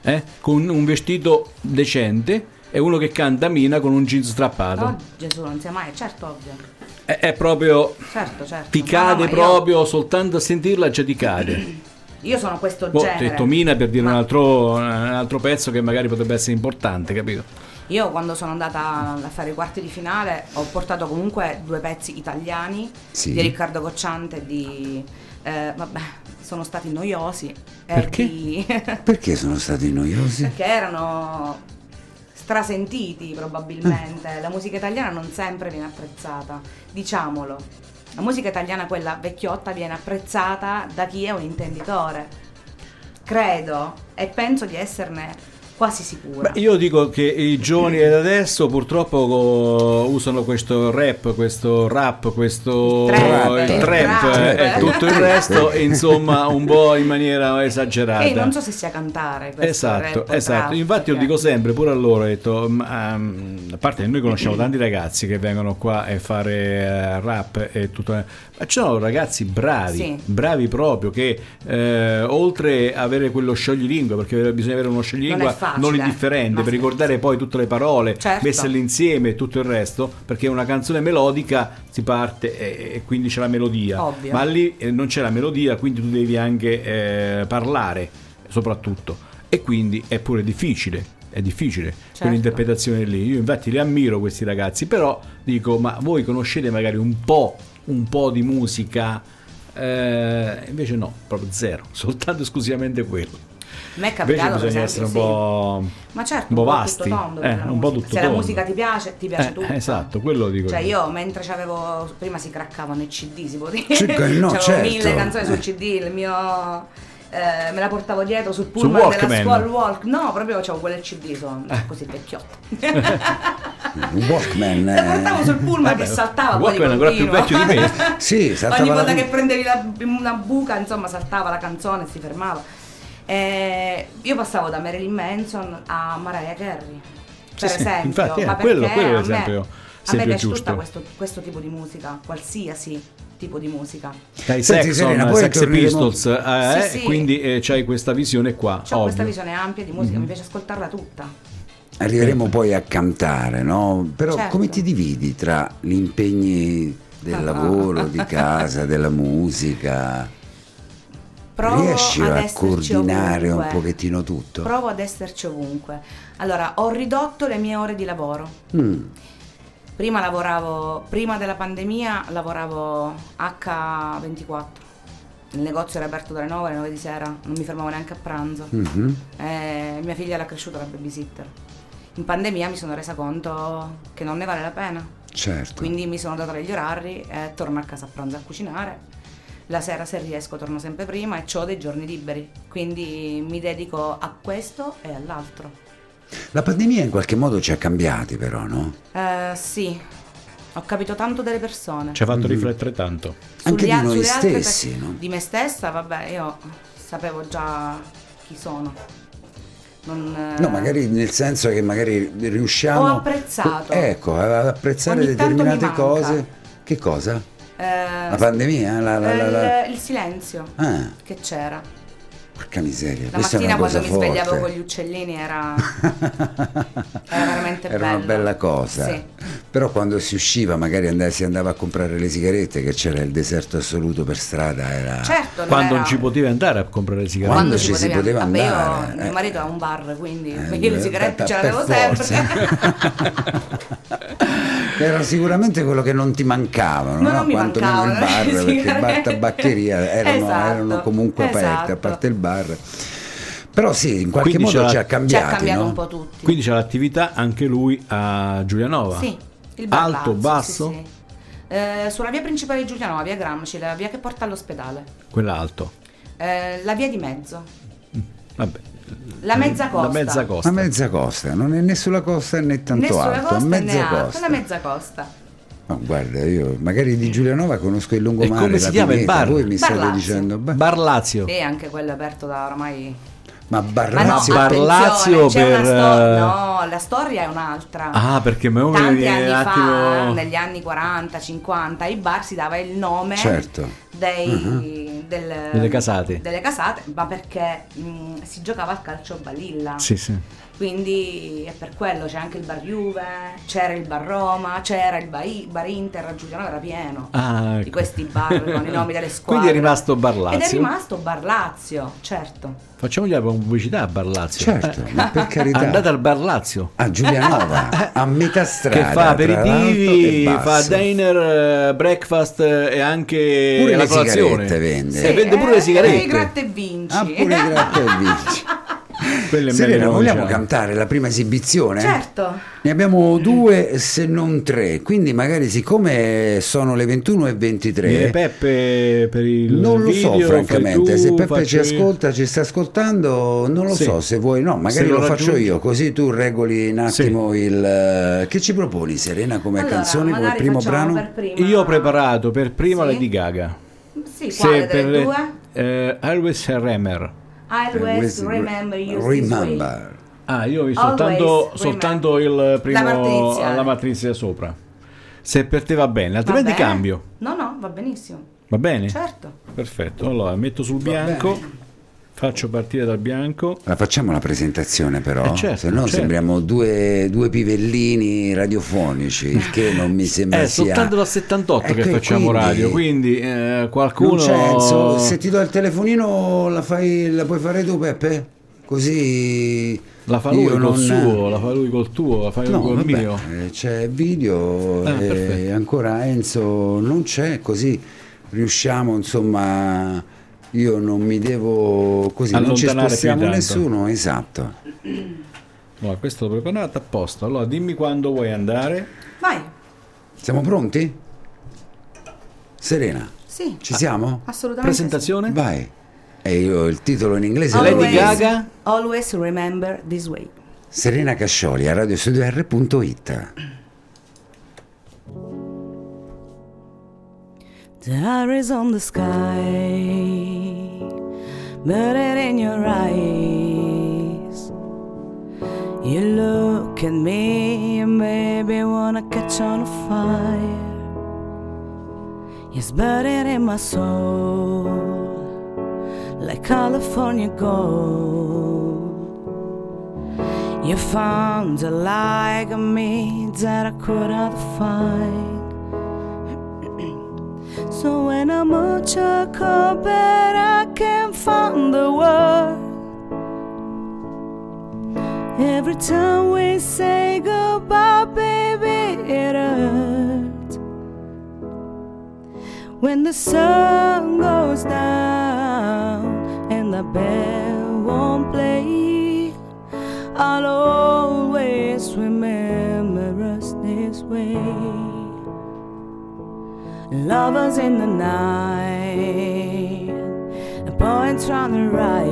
B: eh, con un vestito decente e uno che canta Mina con un jeans strappato.
D: No, Gesù, non sia mai, certo, ovvio.
B: È, è proprio.
D: Certo, certo.
B: Ti
D: No,
B: cade
D: no, ma
B: proprio soltanto a sentirla già ti
D: [clears throat]
B: cade.
D: Io, io sono questo
B: Boh,
D: genere.
B: detto Mina per dire
D: Ma-
B: un altro, un altro pezzo che magari potrebbe essere importante, capito?
D: Io quando sono andata a fare i quarti di finale ho portato comunque due pezzi italiani
C: Sì.
D: di Riccardo Cocciante e di... eh, vabbè, sono stati noiosi. eh,
B: Perché?
D: di- [laughs]
C: Perché sono stati noiosi?
D: perché erano strasentiti probabilmente. La musica italiana non sempre viene apprezzata, diciamolo. La musica italiana, quella vecchiotta, viene apprezzata da chi è un intenditore. Credo e penso di esserne quasi sicura.
B: Beh, io dico che i giovani da adesso purtroppo co- usano questo rap, questo rap, questo
D: Il trap,
B: il
D: il
B: trap, eh,
D: trap.
B: e tutto il resto, e insomma, un po' in maniera esagerata.
D: E non so se sia cantare questo
B: Esatto,
D: rap o
B: esatto.
D: trap,
B: Infatti, io
D: perché-
B: dico sempre pure a loro: ho detto, "Ma, ehm, a parte che noi
D: [clears throat]
B: conosciamo tanti ragazzi che vengono qua e fare eh, rap e tutto, eh, ma ci sono ragazzi bravi,
D: Sì.
B: bravi proprio. Che eh, oltre a avere quello scioglilingua, perché bisogna avere uno
D: Non è
B: scioglilingua
D: facile,
B: non indifferente
D: no,
B: per
D: sì.
B: ricordare poi tutte le parole,
D: Certo.
B: metterle insieme e tutto il resto. Perché una canzone melodica si parte e, e quindi c'è la melodia,
D: Ovvio.
B: ma lì eh, non c'è la melodia, quindi tu devi anche eh, parlare, soprattutto. E quindi è pure difficile. È difficile
D: Certo.
B: quell'interpretazione lì. Io infatti li ammiro questi ragazzi, però dico: ma voi conoscete magari un po', un po' di musica? Eh, invece no, proprio zero, [laughs] soltanto esclusivamente quello.
D: A me è
B: Invece
D: capitato per
B: bisogna essere
D: esempio,
B: un po'.
D: sì. Ma certo,
B: un po'
D: un po'
B: vasti,
D: tutto tondo
B: eh,
D: per la
B: un po'
D: musica.
B: tutto
D: Se la
B: tondo.
D: musica ti piace, ti piace
B: Eh,
D: tutto.
B: Esatto, quello dico
D: Cioè
B: io.
D: io mentre c'avevo prima si craccavano i CD, si può dire.
C: Circa- no,
D: [laughs] c'avevo
C: certo.
D: mille canzoni sul CD, il mio eh, me la portavo dietro sul
B: Sul
D: pullman della
B: Walkman. Eh.
D: scuola il walk. No, proprio c'avevo quelle CD, sono così vecchiotta.
C: Walkman.
D: La portavo sul
C: eh.
D: pullman che saltava poi di
B: Walkman è ancora più
D: continuo.
B: vecchio di me.
D: [laughs]
C: Sì, saltava
D: Ogni
C: la-
D: volta che prendevi la- una buca, insomma, saltava la canzone e si fermava. Eh, io passavo da Marilyn Manson a Mariah Carey,
B: Sì,
D: per
B: sì,
D: esempio.
B: infatti, eh,
D: ma
B: quello-
D: perché
B: quello è
D: a me-
B: l'esempio-
D: A me
B: esempio
D: piace
B: giusto.
D: tutta questo, questo tipo di musica, qualsiasi tipo di musica.
B: Dai
C: Senti,
B: Saxon,
C: Serena, poi
B: Sex
C: torneremo-
B: Pistols, eh,
D: Sì, sì.
B: quindi eh, c'hai questa visione qua.
D: Ho questa
B: ovvio. Mm-hmm.
D: visione ampia di musica, mi piace ascoltarla tutta.
C: Arriveremo poi a cantare, no? Però
D: Certo. Ah,
C: come ti dividi tra gli impegni del lavoro, di casa, della musica?
D: Provo
C: Riesci
D: ad
C: a
D: esserci
C: coordinare un
D: ovunque.
C: pochettino tutto?
D: Provo ad esserci ovunque. Allora, ho ridotto le mie ore di lavoro.
C: Mm.
D: Prima lavoravo, prima della pandemia lavoravo H24. Il negozio era aperto dalle 9 alle 9 di sera, non mi fermavo neanche a pranzo.
C: Mhm.
D: Eh, mia figlia era cresciuta la babysitter. In pandemia mi sono resa conto che non ne vale la pena.
C: Certo.
D: Quindi mi sono data degli orari, eh, torno a casa a pranzo a cucinare. La sera se riesco torno sempre prima e ho dei giorni liberi. Quindi mi dedico a questo e all'altro.
C: La pandemia in qualche modo ci ha cambiati però, no?
D: Eh, sì, ho capito tanto delle persone.
B: Ci ha
C: Mm-hmm.
B: fatto riflettere tanto.
C: Anche
D: Sugli
C: di
D: al-
C: noi
D: sulle altre
C: stessi,
D: pers-
C: no?
D: Di me stessa, vabbè, io sapevo già chi sono. Non, eh,
C: No, magari nel senso che magari riusciamo...
D: Ho apprezzato.
C: Ecco, ad apprezzare
D: Ogni tanto mi
C: determinate
D: manca.
C: cose. Che cosa?
D: eh,
C: La pandemia? La, la, la, la-
D: il, il silenzio
C: Ah,
D: che c'era.
C: porca miseria.
D: La
C: questa è una
D: mattina
C: cosa
D: quando mi
C: forte.
D: svegliavo con gli
C: [laughs]
D: uccellini era, era veramente
C: Era
D: bello.
C: una bella cosa.
D: Sì.
C: Però quando si usciva, magari andava- si andava a comprare le sigarette, che c'era il deserto assoluto per strada, era...
D: Certo, non
B: Quando
D: era-
B: non ci potevi andare a comprare le sigarette.
C: Quando ci
D: quando ci
C: si
D: potevi
C: poteva
D: andare. Vabbè,
C: andare,
D: io,
C: eh.
D: mio marito ha un bar, quindi
C: Eh,
D: perché [laughs] le
C: beh,
D: sigarette
C: per-
D: ce le
C: per
D: avevo
C: forza.
D: sempre. [laughs]
C: Era sicuramente quello che non ti mancavano,
D: Ma
C: no?
D: non mi
C: quantomeno il
D: mancavano [laughs]
C: bar,
D: le
C: perché il bar
D: sigarette.
C: tabaccheria erano,
D: Esatto,
C: erano comunque aperte,
D: esatto.
C: a parte il bar. Però sì, in qualche
B: Quindi
C: modo
B: c'era-
C: ci ha
D: Ci
C: cambiati.
D: Cioè, ha cambiato
C: no?
D: un po' tutti.
B: Quindi c'è l'attività anche lui a Giulianova.
D: Sì, il bar
B: Alto,
D: Lazio,
B: basso?
D: sì, sì. Eh, sulla via principale di Giulianova, via Gramsci, la via che porta all'ospedale.
B: Quell'alto.
D: Eh, la via di mezzo,
B: Vabbè.
D: la mezza costa.
B: La mezza costa.
C: A mezza costa, non è né sulla costa né tanto
D: Né sulla
C: alto, a
D: costa né
C: mezza
D: alto,
C: costa.
D: la mezza costa.
C: Ma guarda, io magari di Giulianova conosco il
B: E
C: lungomare.
B: come si
C: la
B: chiama il
C: pineta,
B: bar?
C: Voi mi
D: Bar
C: state
D: Lazio.
C: dicendo, "Beh,
B: Bar Lazio.
D: E anche quello è aperto da ormai.
C: ma Bar
D: Ma no,
C: Lazio-
B: Bar
D: attenzione,
B: Lazio
D: c'è una
B: per,
D: storia.
B: eh,
D: No, la storia è un'altra.
B: Ah, perché me uno
D: Tanti
B: viene
D: anni
B: un
D: fa,
B: attimo...
D: negli anni 40, 50, ai bar si dava il nome
C: Certo.
D: dei- del-
B: Mhm. Delle casate.
D: delle casate, ma perché mh, si giocava a calcio a balilla.
B: Sì, sì.
D: Quindi è per quello, c'è anche il bar Juve, c'era il bar Roma, c'era il bar, I- bar Inter, a Giuliano era pieno
B: Ah, ecco. [laughs]
D: di questi bar con i nomi delle squadre.
B: Quindi è rimasto Bar Lazio.
D: Ed è rimasto Bar Lazio, certo.
B: Facciamogli la pubblicità a Barlazio.
C: Certo,
B: Eh, [laughs]
C: ma per carità.
B: Andate al Barlazio. [laughs]
C: A Giulianova, a metà strada.
B: Che fa
C: tra
B: aperitivi,
C: l'alto e
B: fa
C: basso.
B: diner, eh, breakfast eh, e anche
C: Pure
B: la
C: le
B: colazione.
C: sigarette vende.
B: E vende pure le
D: E i gratta
B: sigarette.
D: e vinci.
C: Ah, pure i gratta e
D: [laughs]
C: vinci.
B: Quelle
C: Serena,
B: meravigliose.
C: vogliamo cantare la prima esibizione?
D: Certo.
C: Ne abbiamo due se non tre, quindi magari siccome sono le 21 e 23
B: Viene Peppe per il
C: non lo so
B: video, fai
C: francamente,
B: tu,
C: se Peppe ci
B: faccio io.
C: ascolta, ci sta ascoltando, non lo
B: Sì.
C: so se vuoi, no, magari
B: Se lo
C: lo, faccio
B: raggiungi.
C: io, così tu regoli un
B: Sì.
C: attimo il... eh, Che ci proponi Serena come
D: Allora,
C: canzone, come
D: magari
C: primo
D: facciamo
C: brano?
D: per prima-
B: Io ho preparato per prima
D: Sì?
B: Lady Gaga.
D: Sì, quale
B: Se
D: delle
B: per-
D: due?
B: eh, Always a Remer.
D: I
C: Eh,
D: always
C: questo-
D: remember you this way.
C: Remember.
B: Ah, io ho visto
D: Always
B: soltanto,
D: Remer.
B: soltanto il primo
D: La parte iniziale.
B: la matrice sopra. Se per te va bene,
D: Va
B: altrimenti
D: bene?
B: cambio. Eh.
D: No, no, va benissimo.
B: Va bene?
D: Certo.
B: Perfetto. Allora, metto sul bianco. Faccio partire dal bianco.
C: La facciamo la presentazione però,
B: Eh, certo,
C: se no
B: certo.
C: sembriamo due, due pivellini radiofonici, il che non mi sembra
B: Eh, È
C: sia...
B: soltanto dal 78
C: Eh,
B: che
C: que-
B: facciamo
C: quindi-
B: radio, quindi eh, qualcuno
C: Vincenzo, se ti do il telefonino la, fai, la puoi fare tu Peppe? Così
B: la fa lui
C: io
B: col
C: non-
B: suo, la fa lui col tuo, la fa io
C: No,
B: col
C: vabbè,
B: mio.
C: eh, c'è video
B: Ah,
C: e
B: perfetto.
C: ancora Enzo non c'è, così riusciamo insomma io non mi devo così non ci
B: Allontanare più di
C: spostiamo
B: tanto.
C: nessuno, esatto.
B: Allora, questo l'ho preparato apposta. Allora, dimmi quando vuoi andare.
D: Vai.
C: Siamo pronti? Serena,
D: Sì.
C: ci siamo?
D: Assolutamente.
B: Presentazione?
C: Vai. E io il titolo in inglese
D: sì.
C: lo
B: Lady
D: Always-
C: dico.
B: Gaga?
D: Always remember this way.
C: Serena Cascioli a radiostudio.it
D: There is on the sky, murder in your eyes. You look at me and maybe wanna catch on fire. Yes, buried in my soul, like California gold. You found a like me that I couldn't find. So when I'm at your carpet, I can't find the word. Every time we say goodbye, baby, it hurts. When the sun goes down and the band won't play, I'll always remember us this way lovers in the night, and poets on the right.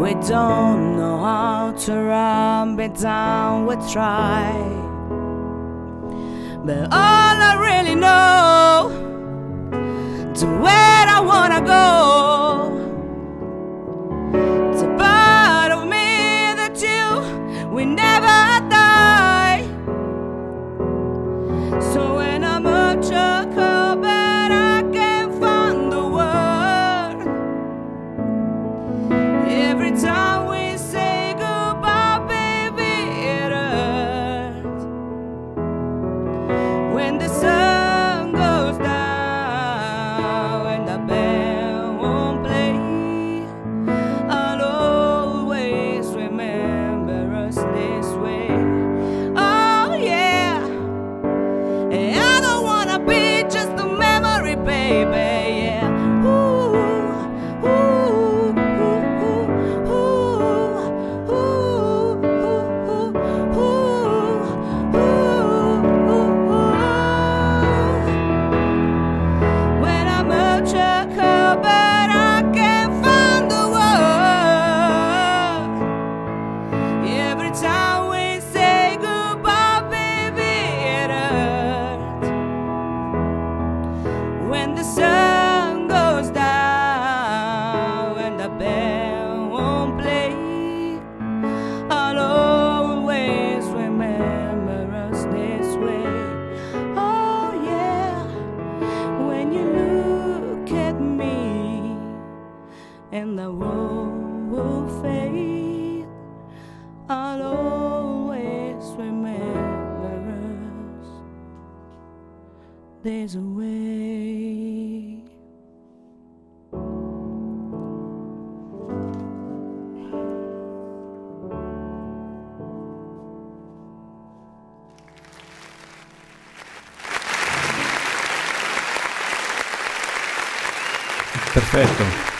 D: We don't know how to run, but down we try. But all I really know to where I wanna go. It's a part of me that you will never die. So when I'm a chuckle, but I can't find the word. Every time we say goodbye, baby, it hurts. When the sun goes down and the band won't play, I'll always remember us this way. Oh yeah. And I don't wanna be just a memory, baby. Yeah. Ooh, ooh, ooh, ooh, ooh, ooh, ooh, ooh, ooh, ooh. When I'm a trucker, but I can't find the word. Every time we say goodbye, baby, it hurts. When the sun Oh,
B: Perfetto.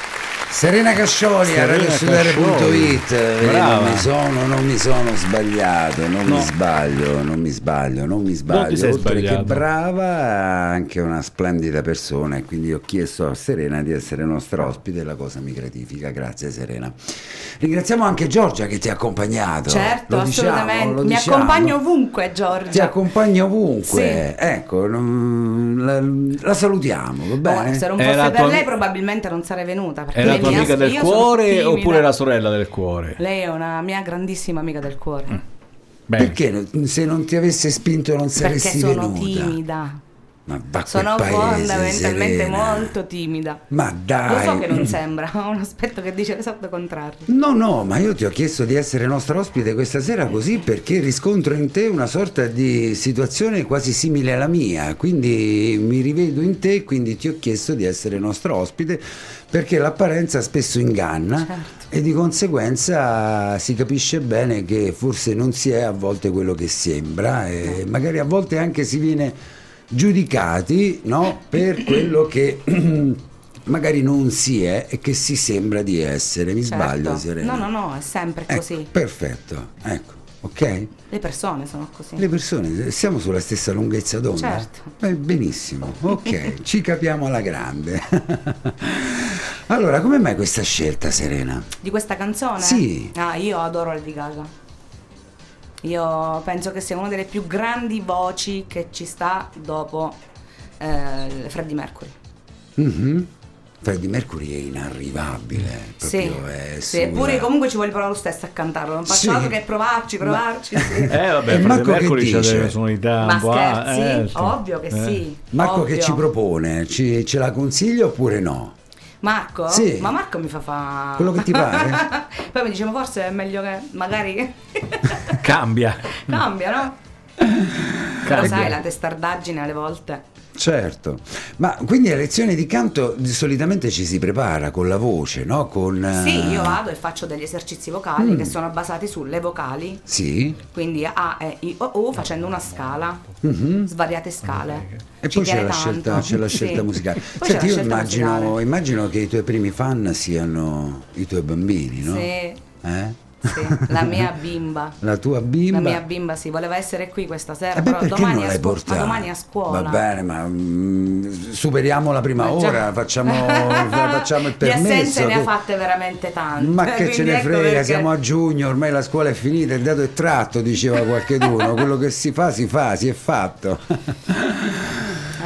C: Serena Cascioli a
B: Serena
C: radiostudere.it
B: Cascioli.
C: Vedi, non
B: Brava.
C: mi sono, non mi sono sbagliato, non mi sbaglio, non mi sbaglio, non mi sbaglio.
B: sei
C: Oltre che
B: sbagliato.
C: brava, anche una splendida persona e quindi ho chiesto a Serena di essere nostra ospite e la cosa mi gratifica. Grazie Serena. Ringraziamo anche Giorgia che ti ha accompagnato.
D: Certo,
C: Lo diciamo,
D: assolutamente.
C: lo
D: Mi
C: diciamo.
D: accompagno ovunque,
B: Cioè,
C: Ti
D: Giorgia.
C: accompagno ovunque, ecco, non- la, la salutiamo, va
D: Oh,
C: bene?
D: se non
B: È
D: fosse
B: la
D: per
B: tua
D: lei
B: ami-
D: probabilmente non sarei venuta. Perché
B: È la
D: lei
B: tua
D: mi ha-
B: amica del
D: io sono
B: cuore
D: timida.
B: oppure la sorella del cuore?
D: Lei è una mia grandissima amica del cuore.
B: Mm. Beh,
C: Perché no- se non ti avesse spinto non
D: Perché
C: saresti
D: sono
C: venuta?
D: timida.
C: Ma va quel
D: Sono
C: paese,
D: fondamentalmente
C: Serena.
D: molto timida.
C: Ma
D: Lo
C: dai.
D: so che non sembra, [laughs] ho un aspetto che dice l'esatto contrario.
C: No, no, ma io ti ho chiesto di essere nostra ospite questa sera così perché riscontro in te una sorta di situazione quasi simile alla mia, quindi mi rivedo in te, quindi ti ho chiesto di essere nostra ospite perché l'apparenza spesso inganna e di conseguenza si capisce bene che forse non si è a volte quello che sembra e magari a volte anche si viene giudicati no, per quello che [clears throat] magari non si è e che si sembra di essere. Mi
D: Certo.
C: sbaglio, Serena?
D: No, no, no, è sempre
C: Ecco,
D: così.
C: Perfetto, ecco, ok?
D: Le persone sono così.
C: Le persone, siamo sulla stessa lunghezza d'onda?
D: Certo.
C: Eh, benissimo,
D: [laughs]
C: ok, ci capiamo alla grande. [laughs] allora, come mai questa scelta, Serena?
D: Di questa canzone?
C: Sì.
D: Ah, io adoro Lady Gaga. Io penso che sia una delle più grandi voci che ci sta dopo eh, Freddie Mercury.
C: Mhm. Freddie Mercury è inarrivabile, proprio è
D: sì, eppure
C: sulla-
D: comunque ci vuole provare lo stesso a cantarlo. Non faccio
C: Sì.
D: altro che provarci,
C: Ma- [laughs]
D: provarci. sì.
B: eh,
C: E
B: vabbè, Freddie
C: Marco che
B: Mercury c'ha
C: dice?
B: delle sonorità
D: Ma
B: un po' ah,
D: scherzi?
B: eh, certo.
D: Ovvio che
B: Eh.
D: sì.
C: Marco che
D: ovvio.
C: ci propone, ci- ce la consiglia oppure no?
D: Marco?
C: Sì.
D: Ma Marco mi fa fa...
C: Quello che ti pare?
D: [laughs] Poi mi dice, ma forse è meglio che magari
B: Eh, Cambia.
D: cambia, no? Però sai, la testardaggine alle volte...
C: Certo, ma quindi alle lezioni di canto di- solitamente ci si prepara con la voce, no? Con, eh,
D: Sì, io vado e faccio degli esercizi vocali che sono basati sulle vocali,
C: Sì,
D: quindi A, E, I, O, U, facendo una scala, svariate scale.
C: e
D: Ci
C: poi c'è
D: tiene
C: la,
D: tanto.
C: scelta, c'è la scelta
D: Sì.
C: musicale.
D: Poi c'è
C: Senti,
D: la
C: io
D: scelta
C: immagino,
D: musicale.
C: immagino che i tuoi primi fan siano i tuoi bambini, no?
D: Sì,
C: Eh?
D: sì, la mia bimba.
C: La tua bimba.
D: La mia bimba sì, voleva essere qui questa sera,
C: Eh beh,
D: però
C: perché
D: domani,
C: non
D: è a
C: l'hai
D: scu- ma
C: portata?
D: domani è a scuola.
C: Va
D: [laughs]
C: bene, ma mm, superiamo la prima
D: Ma già-
C: ora, facciamo, Oh,
D: [laughs]
C: facciamo il permesso.
D: Di assenze ne ha
C: che-
D: fatte veramente tante.
C: Ma che ce
D: quindi
C: ne
D: ecco
C: frega,
D: perché-
C: siamo a giugno, ormai la scuola è finita, il dato è tratto, diceva
D: [laughs]
C: qualcheduno, quello che si fa si fa, si è fatto.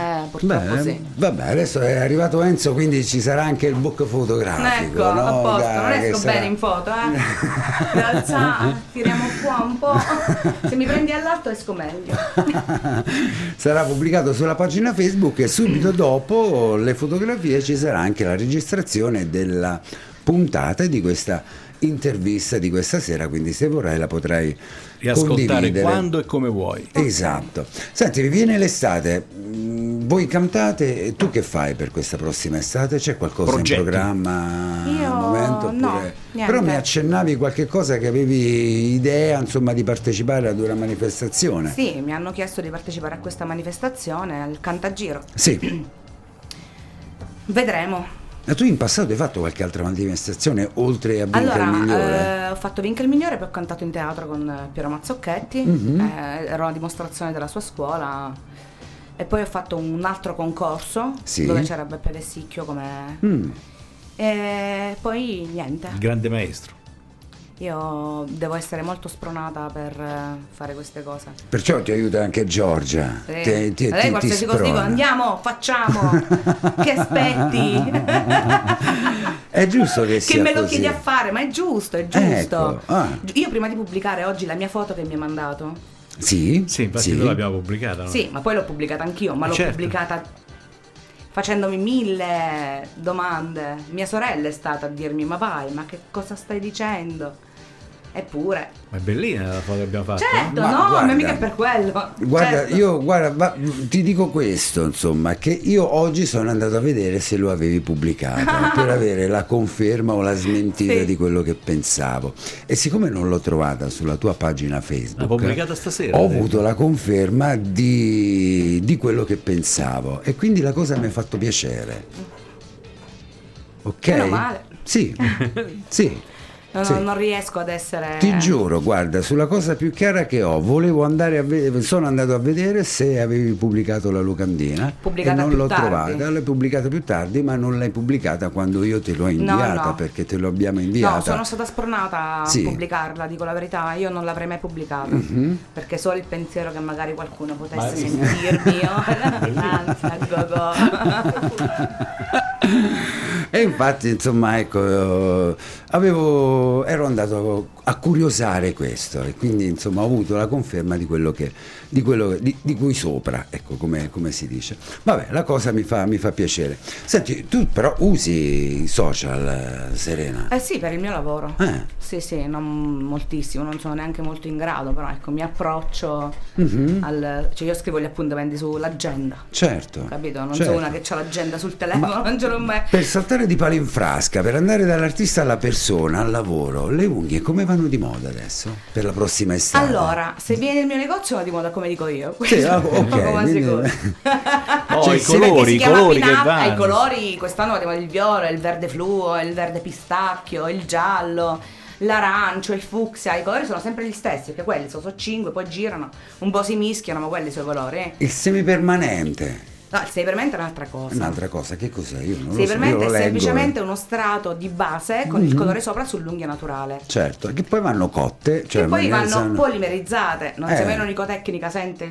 D: Eh, purtroppo
C: Beh,
D: sì.
C: vabbè, adesso è arrivato Enzo, quindi ci sarà anche il book fotografico.
D: Ecco,
C: no?
D: a posto,
C: Dai,
D: non
C: che
D: esco
C: sarà-
D: bene in foto, eh.
C: [laughs]
D: In realtà tiriamo qua un po'. Se mi prendi all'alto esco meglio.
C: Eh. sarà pubblicato sulla pagina Facebook e subito dopo le fotografie ci sarà anche la registrazione della puntata e di questa intervista di questa sera, quindi se vorrai la potrai
B: Riascoltare
C: condividere.
B: quando e come vuoi.
C: Esatto. Senti, viene l'estate, mm, voi cantate, e tu che fai per questa prossima estate? C'è qualcosa
B: Progetti.
C: in programma? al
D: Io
C: momento,
D: no,
C: oppure-
D: niente.
C: Però mi accennavi qualche cosa che avevi idea, insomma, di partecipare ad una manifestazione.
D: Sì, mi hanno chiesto di partecipare a questa manifestazione al Cantagiro.
C: Sì.
D: Vedremo.
C: Ma tu in passato hai fatto qualche altra manifestazione oltre a Vinca il Migliore?
D: Allora, eh, ho fatto Vinca il Migliore, poi ho cantato in teatro con eh, Piero Mazzocchetti,
C: Mm-hmm.
D: eh, era una dimostrazione della sua scuola e poi ho fatto un altro concorso
C: Sì.
D: dove c'era Beppe Vessicchio come...
C: Mm.
D: E poi niente.
B: Il grande maestro.
D: Io devo essere molto spronata per eh, fare queste cose.
C: Perciò ti aiuta anche Giorgia.
D: Eh,
C: Ti- ti-
D: lei
C: ti- ti
D: qualsiasi cosa dico,
C: sprona.
D: andiamo, facciamo, che aspetti.
C: È giusto che sia
D: Che me lo
C: così.
D: chiedi a fare, ma è giusto, è giusto.
C: Ecco, ah.
D: Gi- Io prima di pubblicare oggi la mia foto che mi hai mandato,
C: Sì?
B: Sì, infatti noi l'abbiamo pubblicata. no?
D: sì, ma poi l'ho pubblicata anch'io, ma l'ho
B: Ah. Certo.
D: pubblicata facendomi mille domande. Mia sorella è stata a dirmi, ma vai, ma che cosa stai dicendo? Eppure,
B: Ma è bellina la foto che abbiamo fatto. no?
D: certo,
C: Ma
D: no,
C: guarda,
D: ma mica è per quello.
C: Guarda,
D: certo.
C: io guarda, va- ti dico questo, insomma, che io oggi sono andato a vedere se lo avevi
D: [laughs]
C: pubblicato per avere la conferma o la smentita
D: Sì.
C: di quello che pensavo. E siccome non l'ho trovata sulla tua pagina Facebook,
B: L'ha pubblicata stasera. eh.
C: ho
B: sì.
C: avuto la conferma di, di quello che pensavo e quindi la cosa mi ha fatto piacere. ok?
D: Meno male. [laughs]
C: Sì, sì.
D: Non,
C: sì.
D: non riesco ad essere...
C: Ti giuro, guarda, sulla cosa più chiara che ho, volevo andare a vedere, sono andato a vedere se avevi pubblicato la locandina
D: Pubblicata
C: e non
D: più
C: l'ho
D: tardi.
C: trovata, l'hai pubblicata più tardi, ma non l'hai pubblicata quando io te l'ho inviata,
D: no.
C: perché te l'abbiamo inviata.
D: No, sono stata spronata a
C: Sì.
D: pubblicarla, dico la verità, io non l'avrei mai pubblicata,
C: Mhm.
D: perché solo il pensiero che magari qualcuno
C: [laughs]
D: potesse sentirmi, oh, anzi, a go-go.
C: E infatti, insomma, ecco, eh, avevo- ero andato a curiosare questo e quindi, insomma, ho avuto la conferma di quello che, di, quello, di, di cui sopra, ecco, come, come si dice. Vabbè, la cosa mi fa, mi fa piacere. Senti, tu però usi i social, eh, Serena?
D: Eh sì, per il mio lavoro.
C: Eh.
D: Sì, sì, non moltissimo, non sono neanche molto in grado, però ecco, mi approccio
C: Mhm.
D: al... cioè io scrivo gli appuntamenti sull'agenda,
C: Certo.
D: capito? Non
C: certo.
D: sono una che ha l'agenda sul telefono, [laughs]
C: Ma-
D: non ce l'ho mai...
C: Per saltare di palo in frasca, per andare dall'artista alla persona, al lavoro, le unghie come vanno di moda adesso? Per la prossima estate?
D: Allora, se vieni nel mio negozio la dico da come dico io.
C: Sì, ah, ok,
D: Come
C: quindi-
D: sicuro.
C: [laughs]
B: Oh,
C: Cioè,
B: i
C: se-
D: Perché
B: colori,
D: si
B: i
D: chiama
B: colori che
D: pin-up,
B: vanno.
D: I colori quest'anno abbiamo il viola, il verde fluo, il verde pistacchio, il giallo, l'arancio, il fucsia. I colori sono sempre gli stessi, perché quelli sono, sono cinque, poi girano, un po' si mischiano, ma quelli sono i colori. eh.
C: Il semipermanente.
D: No, il semipermanente è un'altra cosa.
C: Un'altra cosa, che cos'è? Io non
D: Il
C: lo so, io lo
D: semipermanente è
C: leggo. eh. Mhm.
D: semplicemente uno strato di base con il colore sopra sull'unghia naturale.
C: Certo, che poi vanno cotte, cioè
D: che poi
C: magari
D: vanno
C: sanno-
D: polimerizzate, non
C: Eh.
D: sei mai un'onicotecnica sente il,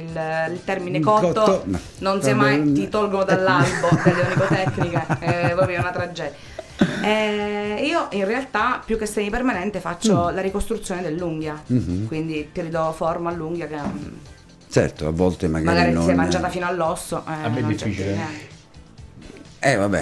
D: il termine cotto,
C: Cotto, no.
D: non sei mai ti
C: [laughs]
D: tolgono dall'albo delle onicotecniche, è proprio una tragedia. Eh, io in realtà più che semipermanente
C: Mm.
D: faccio la ricostruzione dell'unghia,
C: Mm-hmm.
D: quindi ti ridò forma all'unghia che mm,
C: Certo, a volte magari,
D: magari ti
C: non...
D: sei mangiata fino all'osso. eh,
B: Ah, beh,
D: non c'è
B: difficile.
D: più, eh.
C: Eh vabbè,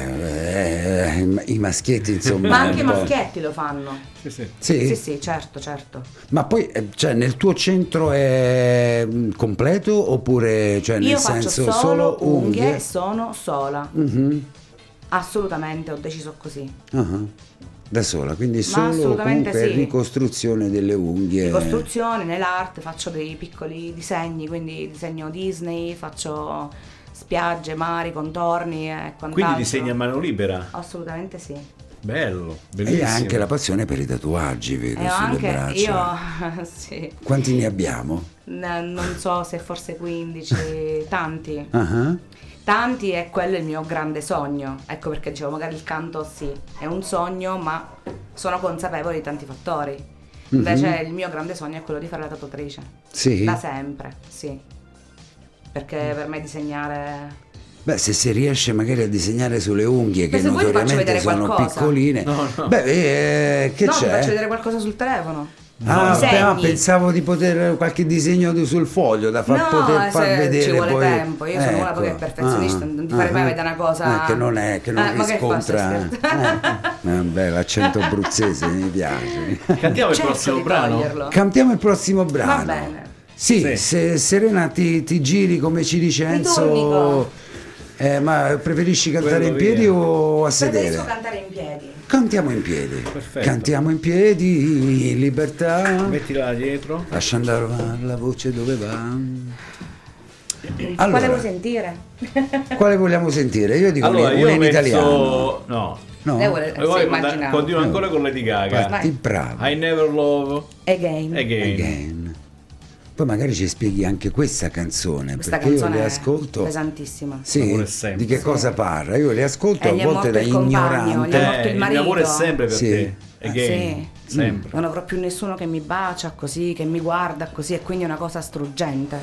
C: eh, i- i maschietti insomma...
D: eh. Ma anche i
C: un po'.
D: maschietti lo fanno.
B: Sì, sì.
C: Sì?
D: Sì, sì, certo, certo.
C: ma poi eh, cioè, nel tuo centro è mm, completo oppure cioè, nel
D: Io faccio
C: senso
D: solo, unghie,
C: unghie?
D: sono sola.
C: Mhm,
D: Assolutamente, ho deciso così.
C: ah, Da sola, quindi solo
D: assolutamente
C: comunque
D: sì.
C: ricostruzione delle
B: Eh.
C: unghie.
D: Ricostruzione, nell'arte faccio dei piccoli disegni, quindi disegno Disney, faccio spiagge, mari, contorni e quant'altro.
B: Quindi disegna a mano libera.
D: Assolutamente sì.
B: Bello,
C: E
B: bellissimo.
C: anche la passione per i tatuaggi, vedo,
D: e ho
C: sulle
D: Eh, anche
C: braccia.
D: io, [laughs] sì,
C: Quanti ne abbiamo?
D: n- non so se forse 15, tanti.
C: Ah,
D: Tanti e quello è il mio grande sogno. Ecco perché dicevo, magari il canto sì, è un sogno, ma sono consapevole di tanti fattori. Invece il mio grande sogno è quello di fare la tatuatrice.
C: Mhm. Sì. Mm.
D: Da sempre, sì. Perché per me disegnare...
C: Beh, se si riesce magari a disegnare sulle unghie
D: Beh,
C: che
D: se vuoi ti faccio
C: notoriamente
D: vedere
C: sono
D: qualcosa.
C: piccoline. Beh, eh, che
D: no, ti
C: c'è?
D: faccio vedere qualcosa sul telefono.
C: Ah,
D: Disegni.
C: beh, ah, pensavo di poter qualche disegno di- sul foglio da far
D: No,
C: poter
D: eh,
C: far
D: se
C: vedere
D: ci vuole
C: poi-
D: tempo, io sono una
C: Ecco.
D: che è perfezionista, non ti farei mai vedere una cosa-
C: Eh, che non è, che non
D: Eh, ma che
C: riscontra.
D: fa, se
C: Eh, eh, beh, l'accento abruzzese mi piace.
B: Cantiamo il
D: Cerco
B: prossimo
D: Certo, di
B: brano.
D: toglierlo.
C: Cantiamo il prossimo brano.
D: bene.
C: Sì,
B: Sì.
C: se Serena ti, ti giri come ci dice Enzo.
D: Liturgico.
C: eh, ma preferisci cantare
B: Quello
C: in piedi
B: via.
C: o a sedere?
D: Preferisco cantare in piedi.
C: Cantiamo in piedi.
B: Perfetto.
C: Cantiamo in piedi, libertà.
B: Mettila dietro.
C: Lascia andare va, la voce dove va.
D: Quale
C: Allora,
D: vuoi sentire?
C: quale vogliamo sentire? Io dico
B: Allora,
C: un-
B: io
C: una in
B: penso...
C: italiano. Mm.
B: No.
C: No?
D: Lei vuole-
B: E
D: Eh, sì,
B: poi
D: immaginavo.
B: continuo ancora con Lady Gaga.
C: Parti bravo.
B: I never love
D: Again.
B: again.
C: Again. Poi magari ci spieghi anche questa canzone,
D: Questa
C: perché io
D: canzone
C: le
D: è
C: ascolto.
D: pesantissima.
B: Ma
C: Sì,
B: pure sempre.
C: di che cosa parla? Io le ascolto
D: E
C: a
D: Eh, gli è
C: volte
D: morto
C: da
D: il compagno, gli
C: ignorante.
D: è morto il
B: Eh, mio
D: marito. Ah,
B: amore è sempre per
C: Sì. Mm.
B: te. Again.
D: Eh, Sì.
B: Sempre.
D: Non avrò più nessuno che mi bacia così, che mi guarda così, e quindi è una cosa struggente.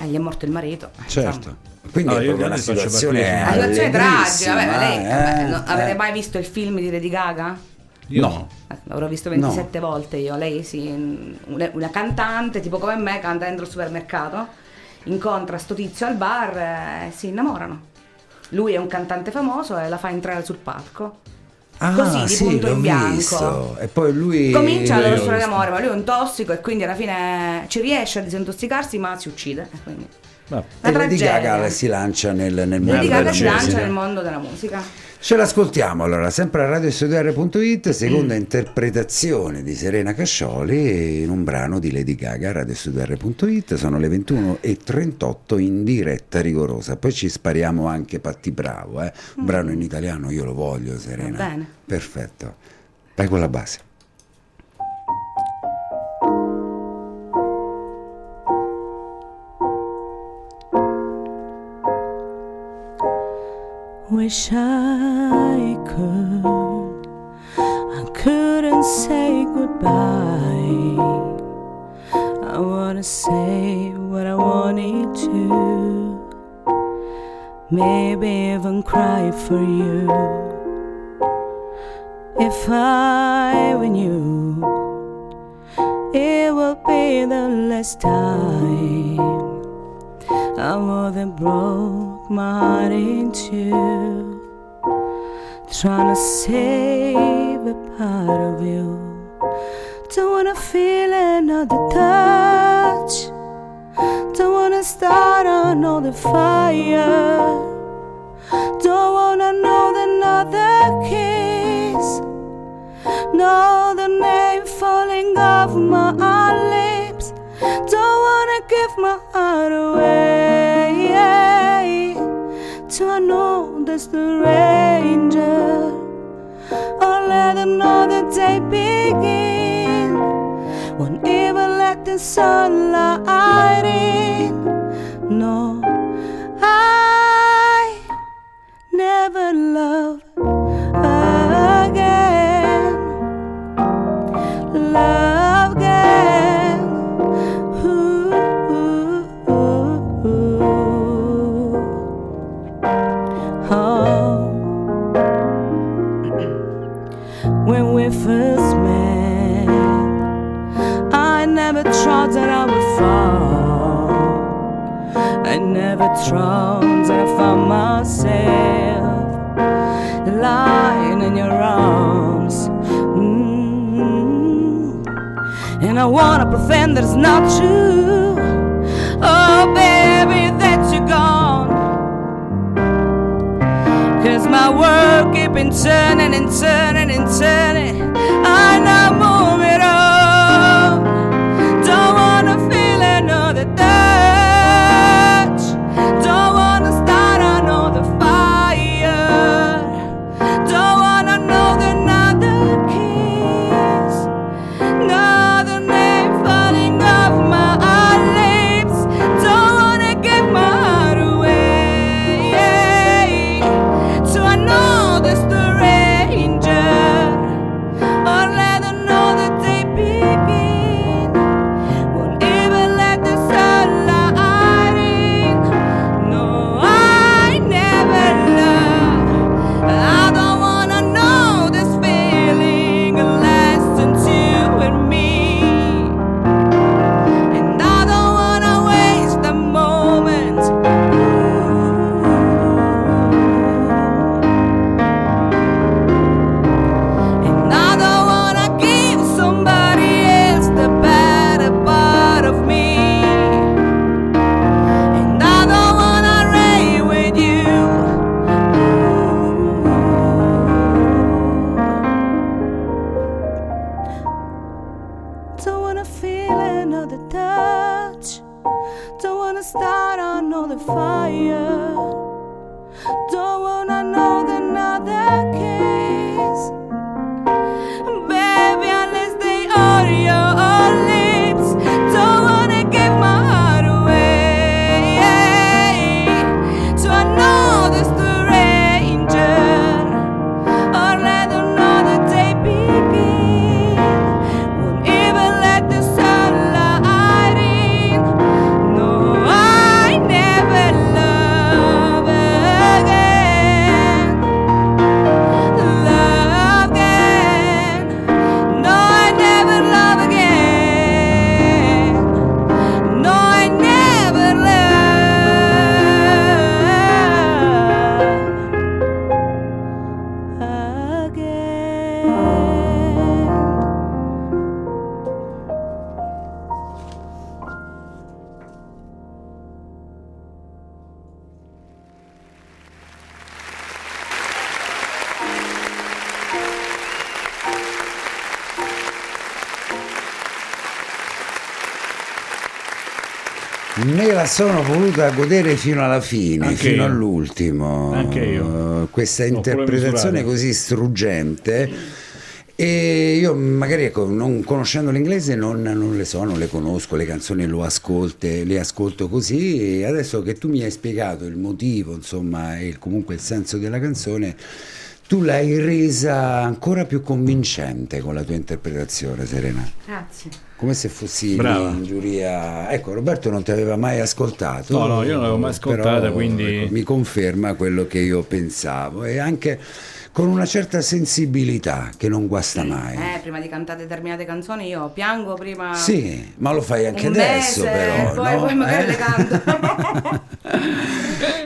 D: E gli è morto il marito. eh,
C: Mm-hmm. Certo.
D: insomma.
C: Quindi
B: No,
C: è
B: io
C: proprio una
B: grande faccio
C: situazione
D: La situazione è tragica.
C: allegrissima,
D: Vabbè, ma lei-
C: eh,
D: vabbè, no, avete
C: eh.
D: mai visto il film di Lady Gaga?
B: Io
C: No.
B: no.
D: Eh, L'avrò visto 27 volte io. Lei sì, una, una cantante, tipo come me, canta dentro il supermercato. Incontra sto tizio al bar eh, e si innamorano. Lui è un cantante famoso e la fa entrare sul palco.
C: Ah,
D: Così, di
C: sì,
D: punto
C: l'ho
D: in bianco.
C: visto. E poi lui
D: Comincia la
B: l'ho
D: loro storia
B: visto.
D: d'amore, ma lui è un tossico e quindi alla fine ci riesce a disintossicarsi, ma si uccide. e quindi-
E: Ma-
B: La
C: e Lady
B: tragedia.
C: Gaga si lancia nel, nel mondo
B: Lady Gaga
C: della
B: si
E: Meravigliosa.
B: lancia nel mondo della musica.
C: Ce l'ascoltiamo allora, sempre a radiostudiare.it, seconda
B: Mm.
C: interpretazione di Serena Cascioli in un brano di Lady Gaga, radiostudiare.it, sono le 21.38 in diretta rigorosa, poi ci spariamo anche Patti Bravo, eh. un brano in italiano, io lo voglio Serena.
B: Mm. Va bene.
C: Perfetto, vai con la base.
D: Wish I could. I couldn't say goodbye. I wanna say what I wanted to. Maybe even cry for you. If I were you, it would be the last time. I more than broke my heart in two. Trying to save a part of you. Don't wanna feel another touch. Don't wanna start another fire. Don't wanna know another kiss. Know the name falling off my lips. Don't wanna give my heart away to another stranger. Or let another day begin. Won't even let the sunlight in. No, I never love again love gang. Ooh, ooh, ooh, ooh. Oh. [clears throat] When we first met, I never thought that I would fall. I never thought that I found myself lying in your arms. Mm. And I wanna pretend that it's not true. Oh, baby, that you're gone. Cause my world keeping turning and turning and turning. And I'm moving on. Don't wanna feel another touch. Don't wanna start another fire. Don't wanna know another kiss. Another name falling off my lips. Don't wanna give my heart away to another stranger. Or let another
C: Me la sono voluta godere fino alla fine,
B: Anche
C: fino
B: io.
C: all'ultimo.
B: Anche io.
C: Eh, Questa
B: pure
C: interpretazione
B: misurare.
C: così struggente. E io magari ecco, non conoscendo l'inglese non, non le so, non le conosco, le canzoni lo ascolte, le ascolto così. E adesso che tu mi hai spiegato il motivo, insomma, e comunque il senso della canzone, tu l'hai resa ancora più convincente con la tua interpretazione, Serena.
D: Grazie.
C: Come se fossi
B: Brava.
C: in giuria. Ecco, Roberto non ti aveva mai ascoltato.
B: No, no, io non l'avevo mai ascoltata,
C: però,
B: quindi-
C: ecco, mi conferma quello che io pensavo e anche con una certa sensibilità che non guasta mai.
D: Eh, prima di cantare determinate canzoni io piango prima...
C: Sì, ma lo fai anche
D: Un
C: adesso
D: mese,
C: però.
D: poi-
C: no?
D: poi magari
C: Eh?
D: le
C: [laughs]
D: canto.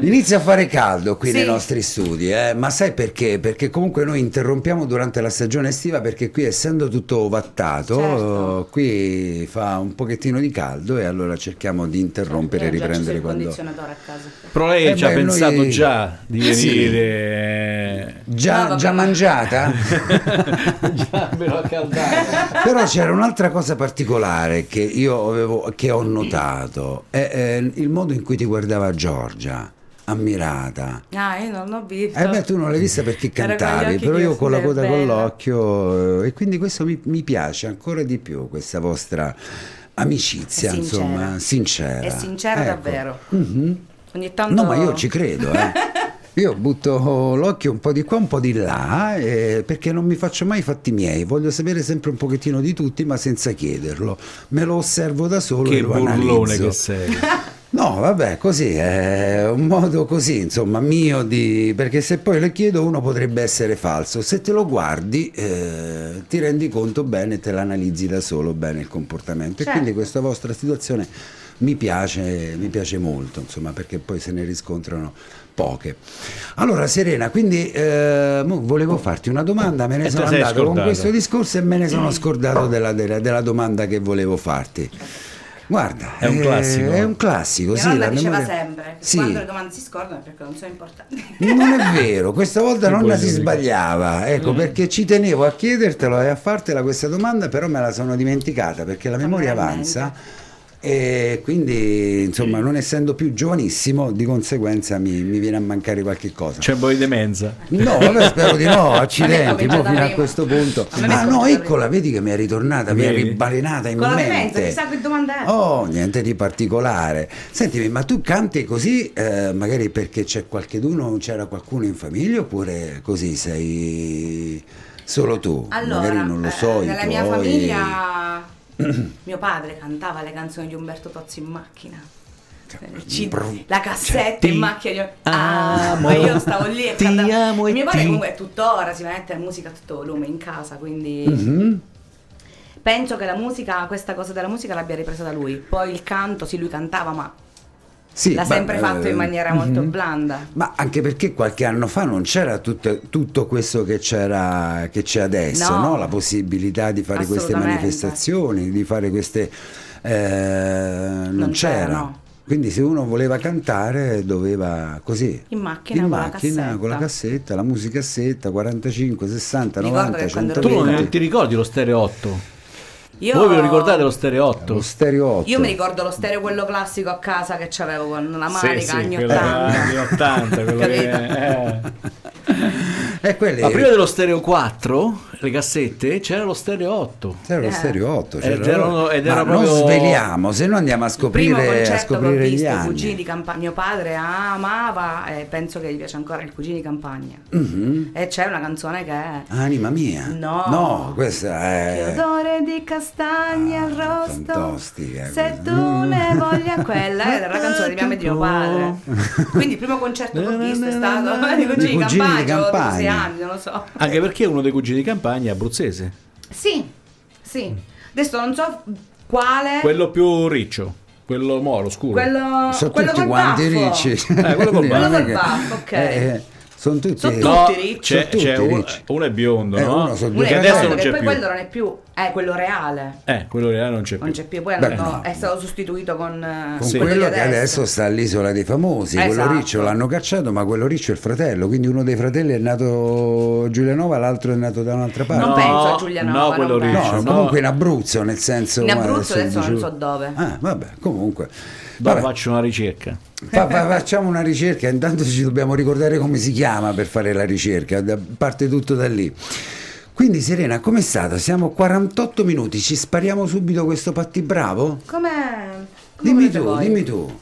C: Inizia a fare caldo qui
D: Sì.
C: nei nostri studi, eh, ma sai perché? Perché comunque noi interrompiamo durante la stagione estiva perché qui essendo tutto vattato,
D: Certo.
C: eh, qui fa un pochettino di caldo e allora cerchiamo di interrompere e
D: Io Eh, già ci sono
C: riprendere
D: il
C: quando...
D: condizionatore a casa.
B: Però lei
C: Eh
B: ci ha
C: beh,
B: pensato
C: noi-
B: già di
C: Sì.
B: venire. eh,
C: Già,
D: No, vabbè.
C: già
D: [laughs]
C: mangiata?
B: [laughs] già me lo
C: Però c'era un'altra cosa particolare che io avevo, che ho notato, è, eh, il modo in cui ti guardava Giorgia, ammirata.
D: Ah, io non l'ho visto.
C: Eh beh, tu non l'hai vista perché
D: Era con gli
C: cantavi,
D: occhi
C: però io
D: chiusi,
C: con la coda
D: è
C: con
D: bella.
C: l'occhio eh, e quindi questo mi, mi piace ancora di più, questa vostra amicizia,
D: È sincera.
C: insomma, sincera.
D: È sincera
C: Ecco.
D: davvero.
C: Mhm.
D: Ogni tanto...
C: No, ma io ci credo, eh. Io butto l'occhio un po' di qua, un po' di là, eh, perché non mi faccio mai i fatti miei, voglio sapere sempre un pochettino di tutti, ma senza chiederlo. Me lo osservo da solo e
B: Che
C: lo
B: burlone
C: analizzo.
B: che sei.
C: No, vabbè, così è un modo così, insomma, mio di... perché se poi le chiedo uno potrebbe essere falso, se te lo guardi eh, ti rendi conto bene e te l'analizzi da solo bene il comportamento e
D: Certo.
C: quindi questa vostra situazione mi piace, mi piace molto, insomma, perché poi se ne riscontrano poche. Allora Serena, quindi eh, mo volevo farti una domanda, me ne
B: E te
C: sono
B: la sei Mm.
C: andato con
B: scordata.
C: questo discorso e me ne sono scordato della- della- della domanda che volevo farti. Guarda,
B: È un
C: eh,
B: classico.
C: È un classico,
D: [laughs] Mia
C: sì.
D: nonna
C: la
D: diceva
C: memoria-
D: sempre,
C: Sì.
D: quando le domande si scordano è perché non sono importanti.
C: Non è vero, questa
D: [laughs]
C: volta
B: Che
C: nonna
B: poi
C: si
B: devo dire.
C: sbagliava,
D: Mm.
C: ecco perché ci tenevo a chiedertelo e a fartela questa domanda, però me la sono dimenticata perché la memoria
D: Naturalmente.
C: avanza e quindi insomma non essendo più giovanissimo di conseguenza mi, mi viene a mancare qualche cosa.
B: C'è un po' di demenza.
C: No, vabbè, spero di no,
D: A
C: accidenti,
D: me mi è
C: mo fino
D: cominciata
C: a
D: prima.
C: questo punto.
D: A me mi è
C: Ah no,
D: cominciata
C: eccola, vedi che mi è ritornata, mi è
B: Vedi?
C: ribalenata in
D: Con la demenza,
C: mente.
D: chissà che domanda è.
C: Oh, niente di particolare. Sentimi, ma tu canti così, eh, magari perché c'è qualcheduno, c'era qualcuno in famiglia oppure così sei solo tu? magari non lo so,
D: eh,
C: i
D: nella mia
C: tuoi-
D: famiglia
B: [clears throat]
D: mio padre cantava le canzoni di Umberto Tozzi in macchina.
B: Cioè,
D: Eh, ci-
C: brutto.
D: la cassetta in
B: ti
D: macchina io- ah,
B: amo,
D: ma io stavo lì e
B: ti amo
D: cantavo
B: e
D: mio padre
B: ti-
D: comunque tuttora si mette a musica a tutto volume in casa quindi
B: Mm-hmm.
C: Mhm.
D: penso che la musica questa cosa della musica l'abbia ripresa da lui poi il canto sì lui cantava ma
C: Sì,
D: l'ha
C: ma-
D: sempre fatto in
C: eh,
D: maniera molto
B: mm-hmm.
D: blanda
C: Ma anche perché qualche anno fa non c'era tutto, tutto questo che, c'era, che c'è adesso,
D: No.
C: no? la possibilità di fare queste
D: Assolutamente.
C: manifestazioni, di fare queste... eh, non,
D: Non c'era,
C: c'era.
D: no.
C: Quindi se uno voleva cantare doveva così.
D: In macchina
C: In
D: con la
C: macchina, con la
D: cassetta.
C: cassetta, la musicassetta, 45, 60,
D: Ricordo
C: 90,
D: che quando ero
B: Tu non,
C: 120.
D: Vedi.
B: ti ricordi lo stereo 8?
D: io
B: Voi ve lo ricordate lo stereo
C: Eh, Lo
B: 8?
C: stereo 8.
D: Io mi ricordo lo stereo quello classico a casa che c'avevo con la manica anni 80.
B: anni 80, quello che-
D: [laughs] Capito?
B: eh.
C: [laughs] Eh, quelli-
B: Ma prima dello stereo 4, le cassette, c'era lo stereo 8.
C: C'era lo
D: Eh.
C: stereo 8,
B: Ed erano- ed
C: ma
B: era
C: non
B: proprio-
C: sveliamo, se no andiamo a
D: Primo
C: scoprire, a
D: concerto che ho
C: scoprire gli
D: visto i
C: anni.
D: cugini di campagna. Mio padre amava e penso che gli piace ancora il cugini di campagna.
C: Mhm.
D: E c'è una canzone che è
C: Anima mia.
D: No.
C: questa
D: Che
C: è.
D: odore di castagne
C: Ah,
D: al rosto
C: fantastica
D: Se
C: questa.
D: tu ne voglia quella Era la canzone di mia e di mio padre Quindi il primo concerto che ho visto
C: [laughs]
D: è stato [laughs] Di
C: Cugini di
D: Cugini di Campagna Avevo
C: Campagna.
D: 12 anni, non lo so
B: Anche perché uno dei cugini di campagna è abruzzese.
D: Sì, sì Adesso non so quale
B: Quello più riccio, quello moro, scuro.
D: Eh. Quello,
C: Sono
D: quello
C: tutti
D: col
C: quanti
D: baffo.
C: ricci.
B: Eh, quello col
C: [laughs] Non è
D: baffo.
C: che-
D: baffo, ok.
C: sono tutti.
D: Sono tutti.
B: No,
D: ricci.
B: c'è,
C: Tutti
B: c'è uno,
C: ricci.
B: uno è biondo,
C: Eh,
B: no?
C: uno [laughs] sono due
D: Uno è
B: che adesso
D: bello,
B: non
D: che
B: c'è
D: poi
B: più.
D: quello non è più, è quello reale.
B: Eh, quello reale non c'è più.
D: Non c'è più, poi
C: Beh,
D: hanno-
C: no.
D: è stato sostituito con, eh,
C: Con
B: Sì.
C: quello che
D: adesso.
C: adesso sta all'isola dei famosi, quello
D: Esatto.
C: riccio l'hanno cacciato, ma quello riccio è il fratello, quindi uno dei fratelli è nato Giulianova, l'altro è nato da un'altra parte.
D: Non
B: No,
D: penso a Giulianova,
B: no,
D: non
B: quello
D: penso.
B: riccio,
C: No,
B: no.
C: comunque in Abruzzo, nel senso...
D: In Abruzzo
C: eh,
D: adesso non
C: dicevo-
D: so dove.
C: Ah, vabbè, comunque.
B: Dopo
C: Vabbè.
B: faccio una ricerca.
C: Fa- fa- facciamo una ricerca, intanto ci dobbiamo ricordare come si chiama per fare la ricerca, da- parte tutto da lì. Quindi Serena, com'è stata? Siamo 48 minuti, ci spariamo subito questo patti bravo?
D: Come... come
C: Dimmi
D: volete
C: tu,
D: voi?
C: dimmi tu.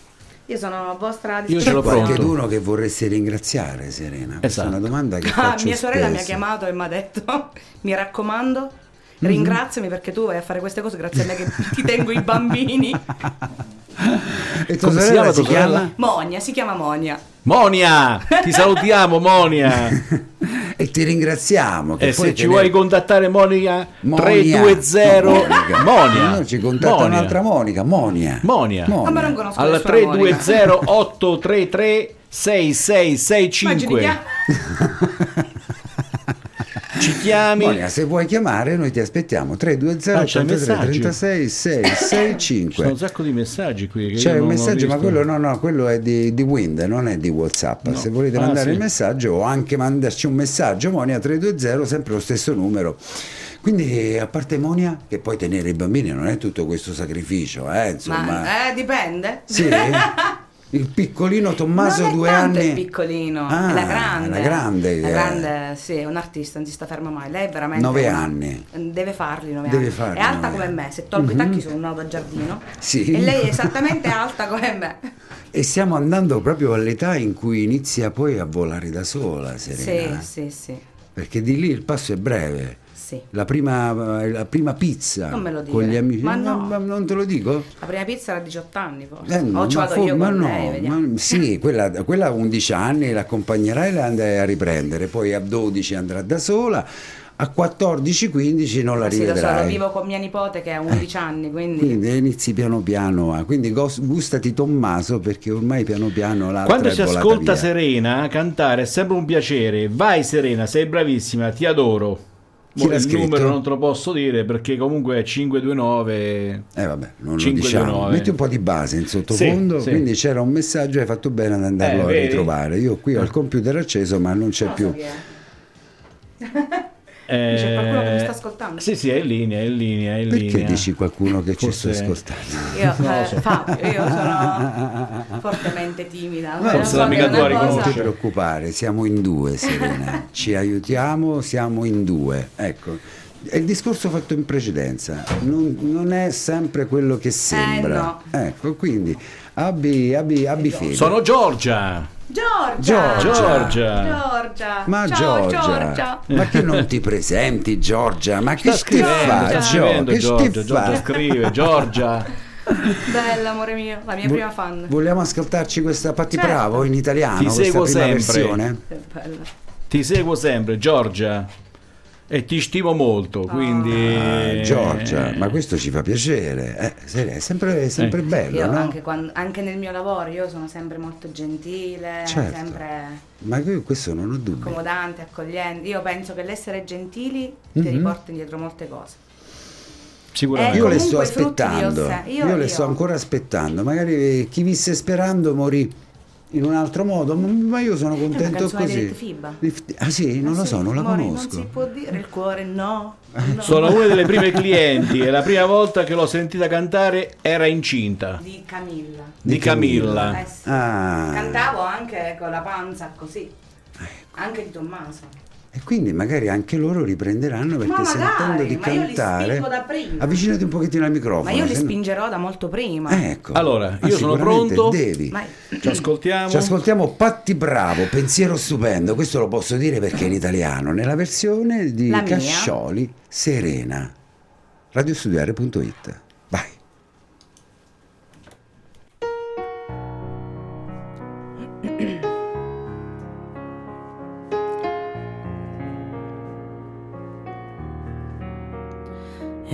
D: Io sono a vostra
B: Io ce
C: C'è
B: l'ho
D: disposizione.
B: pronto.
C: qualcuno che vorresti ringraziare, Serena? Questa è una
B: Esatto.
C: domanda che
D: Ah,
C: faccio
D: [laughs] mia sorella mi ha
C: spesso.
D: chiamato e mi ha detto: [laughs] Mi raccomando,
C: Mhm.
D: ringraziami perché tu vai a fare queste cose grazie a me che ti tengo
C: [laughs]
D: i bambini.
C: E tua
B: Come si
C: sorella
B: chiama
C: si
B: tua
C: chiama?
B: sorella?
D: Monia, si chiama Monia.
B: Monia! Ti salutiamo, Monia!
C: [laughs] E ti ringraziamo. Che
B: E
C: poi
B: Eh, se
C: te
B: ci
C: ne-
B: vuoi contattare Monica
C: Monia.
B: 320 Monia.
C: No, ci contatta
B: Monia.
C: un'altra Monica, Monia.
B: Monia.
D: Ah, ma non conosco
B: Alla
D: nessuna Monia.
B: 320 833
D: Immagini
B: 6665
D: chiama-
B: ci chiami
C: Monica, se vuoi chiamare, noi ti aspettiamo. 320
B: Ah, c'è il
C: 83
B: messaggio. [laughs]
C: 36
B: ci sono un
C: 665.
B: sacco di messaggi qui che io
C: C'è un
B: non ho
C: messaggio, ma
B: visto.
C: quello no, no, quello è di, di Wind, non è di Whatsapp. Se volete
B: Ah,
C: mandare
B: sì.
C: il messaggio o anche mandarci un messaggio, Monia 320, sempre lo stesso numero. Quindi, a parte Monia, che poi tenere i bambini non è tutto questo sacrificio, eh, insomma.
D: Ma eh, dipende.
C: Sì?
D: [laughs]
C: Il piccolino Tommaso,
D: non è
C: due
D: tanto
C: anni.
D: il piccolino,
C: Ah,
D: è la grande.
C: La grande, eh.
D: La
C: che è.
D: grande, sì, è un artista, non si sta ferma mai. Lei è veramente.
C: Nove
D: una-
C: anni.
D: Deve farli nove
C: Deve
D: anni.
C: farli
D: è alta
C: nove
D: come
C: anni. Mhm.
D: me. Se tolgo i tacchi sono un nodo a giardino.
C: Sì.
D: E lei è esattamente alta come
C: [laughs]
D: me.
C: E stiamo andando proprio all'età in cui inizia poi a volare da sola, Serena.
D: Sì, sì, sì.
C: Perché di lì il passo è breve.
D: Sì.
C: La prima, la prima pizza
D: Non me lo dire.
C: con gli amici.
D: Ma no.
C: ma non te lo dico?
D: La prima pizza era a 18 anni forse.
C: Eh,
D: o Oh, ci vado
C: for-
D: io
C: ma
D: con
C: no,
D: lei, vediamo.
C: ma- sì, quella, quella a 11 anni l'accompagnerai e la andrai a riprendere, poi a 12 andrà da sola, a 14-15 non la
D: sì, lo so, lo
C: rivedrai. Eh,
D: vivo con mia nipote che ha 11 anni, quindi...
C: Quindi inizi piano piano, a- quindi gos- gustati Tommaso perché ormai piano piano l'altra
B: Quando
C: è
B: si
C: volata
B: ascolta
C: via.
B: Serena cantare è sempre un piacere. Vai Serena, sei bravissima, ti adoro.
C: Chi l'ha
B: il
C: scritto?
B: numero non te lo posso dire perché comunque è 529.
C: Eh vabbè, non
B: 529.
C: lo diciamo. Metti un po' di base in sottofondo,
B: Sì, sì.
C: quindi c'era un messaggio hai fatto bene ad andarlo
B: Eh,
C: a
B: vedi?
C: ritrovare. Io qui ho il computer acceso ma non c'è
D: Non so
C: più. [laughs]
D: chi è.
B: Eh,
D: C'è qualcuno che mi sta ascoltando?
B: Sì, sì, è in linea, è in linea, è in
C: Perché
B: linea.
C: dici qualcuno che
B: Forse-
C: ci sta ascoltando?
D: Io,
B: Non lo
D: eh,
B: so.
D: Fabio, io
C: [laughs]
D: sono fortemente timida.
C: Ma
D: non
B: forse
D: so
B: l'amica
D: che
B: tua
D: è una cosa-
C: Non ti
B: riconosce.
C: preoccupare, siamo in due
D: [laughs]
C: Serena, ci aiutiamo, siamo in due. Ecco, è il discorso fatto in precedenza, non, non è sempre quello
D: Eh,
C: che sembra. Ecco, quindi abbi, abbi, abbi fede.
B: Sono Giorgia.
D: Giorgia!
B: Giorgia.
D: Giorgia!
C: Ma
D: Ciao,
C: Giorgia,
D: Giorgia!
C: ma che non ti presenti Giorgia? Ma che
B: Sta
C: stai
B: scrivendo,
C: fa?
B: sta
C: Gio?
B: scrivendo
C: Che
B: Giorgia,
C: stai
B: Giorgia
C: fa?
B: scrive, Giorgia.
D: Bella, amore mio, la mia
C: Vo-
D: prima fan.
C: Vogliamo ascoltarci questa Patti
D: Certo.
C: Bravo in italiano,
B: Ti
C: questa
B: seguo
C: prima
B: sempre.
C: versione?
D: Che bella.
B: Ti seguo sempre, Giorgia. E ti stimo molto, quindi eh,
C: Ah, Giorgia, ma questo ci fa piacere, eh, Serena, è sempre, è sempre bello,
D: Io
C: no?
D: anche, quando- anche nel mio lavoro io sono sempre molto gentile,
C: Certo.
D: sempre
C: Ma io questo non ho dubbi.
D: accomodante, accogliente. Io penso che l'essere gentili ti
C: Mhm.
D: riporta indietro molte cose.
B: sicuramente.
C: Eh, Io le
D: Comunque
C: sto
D: i frutti li ho
C: aspettando,
D: se-
C: io,
D: io-
C: le
D: io.
C: sto ancora aspettando, magari eh, chi visse sperando morì in un altro modo, ma- ma io sono contento
D: canzone dei
C: così.
D: Little Fiba.
C: Lift- Ah sì, non
D: Eh
C: lo
D: sì,
C: so, non la
D: amore,
C: conosco.
D: Non si può dire il cuore,
C: [laughs]
D: no. no.
B: Sono una delle prime clienti e la prima volta che l'ho sentita cantare era incinta
D: [laughs] Di Camilla.
B: di,
C: Di Camilla.
B: Camilla.
D: Eh sì.
C: Ah.
D: Cantavo anche con la panza così.
C: Ecco.
D: Anche di Tommaso.
C: E quindi magari anche loro riprenderanno perché
D: magari,
C: sentendo di
D: ma io li
C: cantare.
D: spingo da prima.
C: Avvicinati un pochettino al microfono.
D: Ma io li
C: se no-
D: spingerò da molto prima.
C: Ecco.
B: Allora,
C: Ma
B: io sono
C: sicuramente
B: pronto.
C: Devi.
D: Ma-
B: Ci ascoltiamo.
C: Ci ascoltiamo Patti Bravo, pensiero stupendo, questo lo posso dire perché è in italiano, nella versione di
D: La mia.
C: Cascioli Serena. Radiostudiare.it. Vai.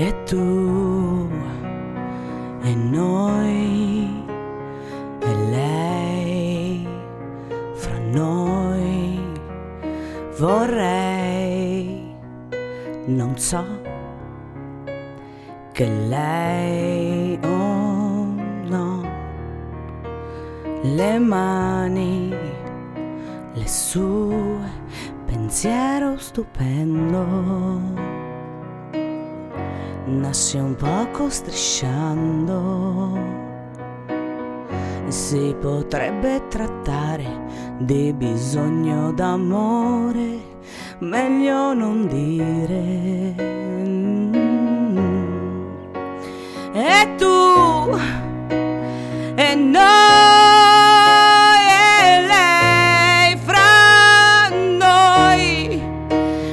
F: e tu e noi e lei fra noi vorrei non so che lei oh no le mani le sue pensiero stupendo nasce un poco strisciando
D: si potrebbe trattare di bisogno d'amore, meglio non dire. Mm. E tu e noi e lei fra noi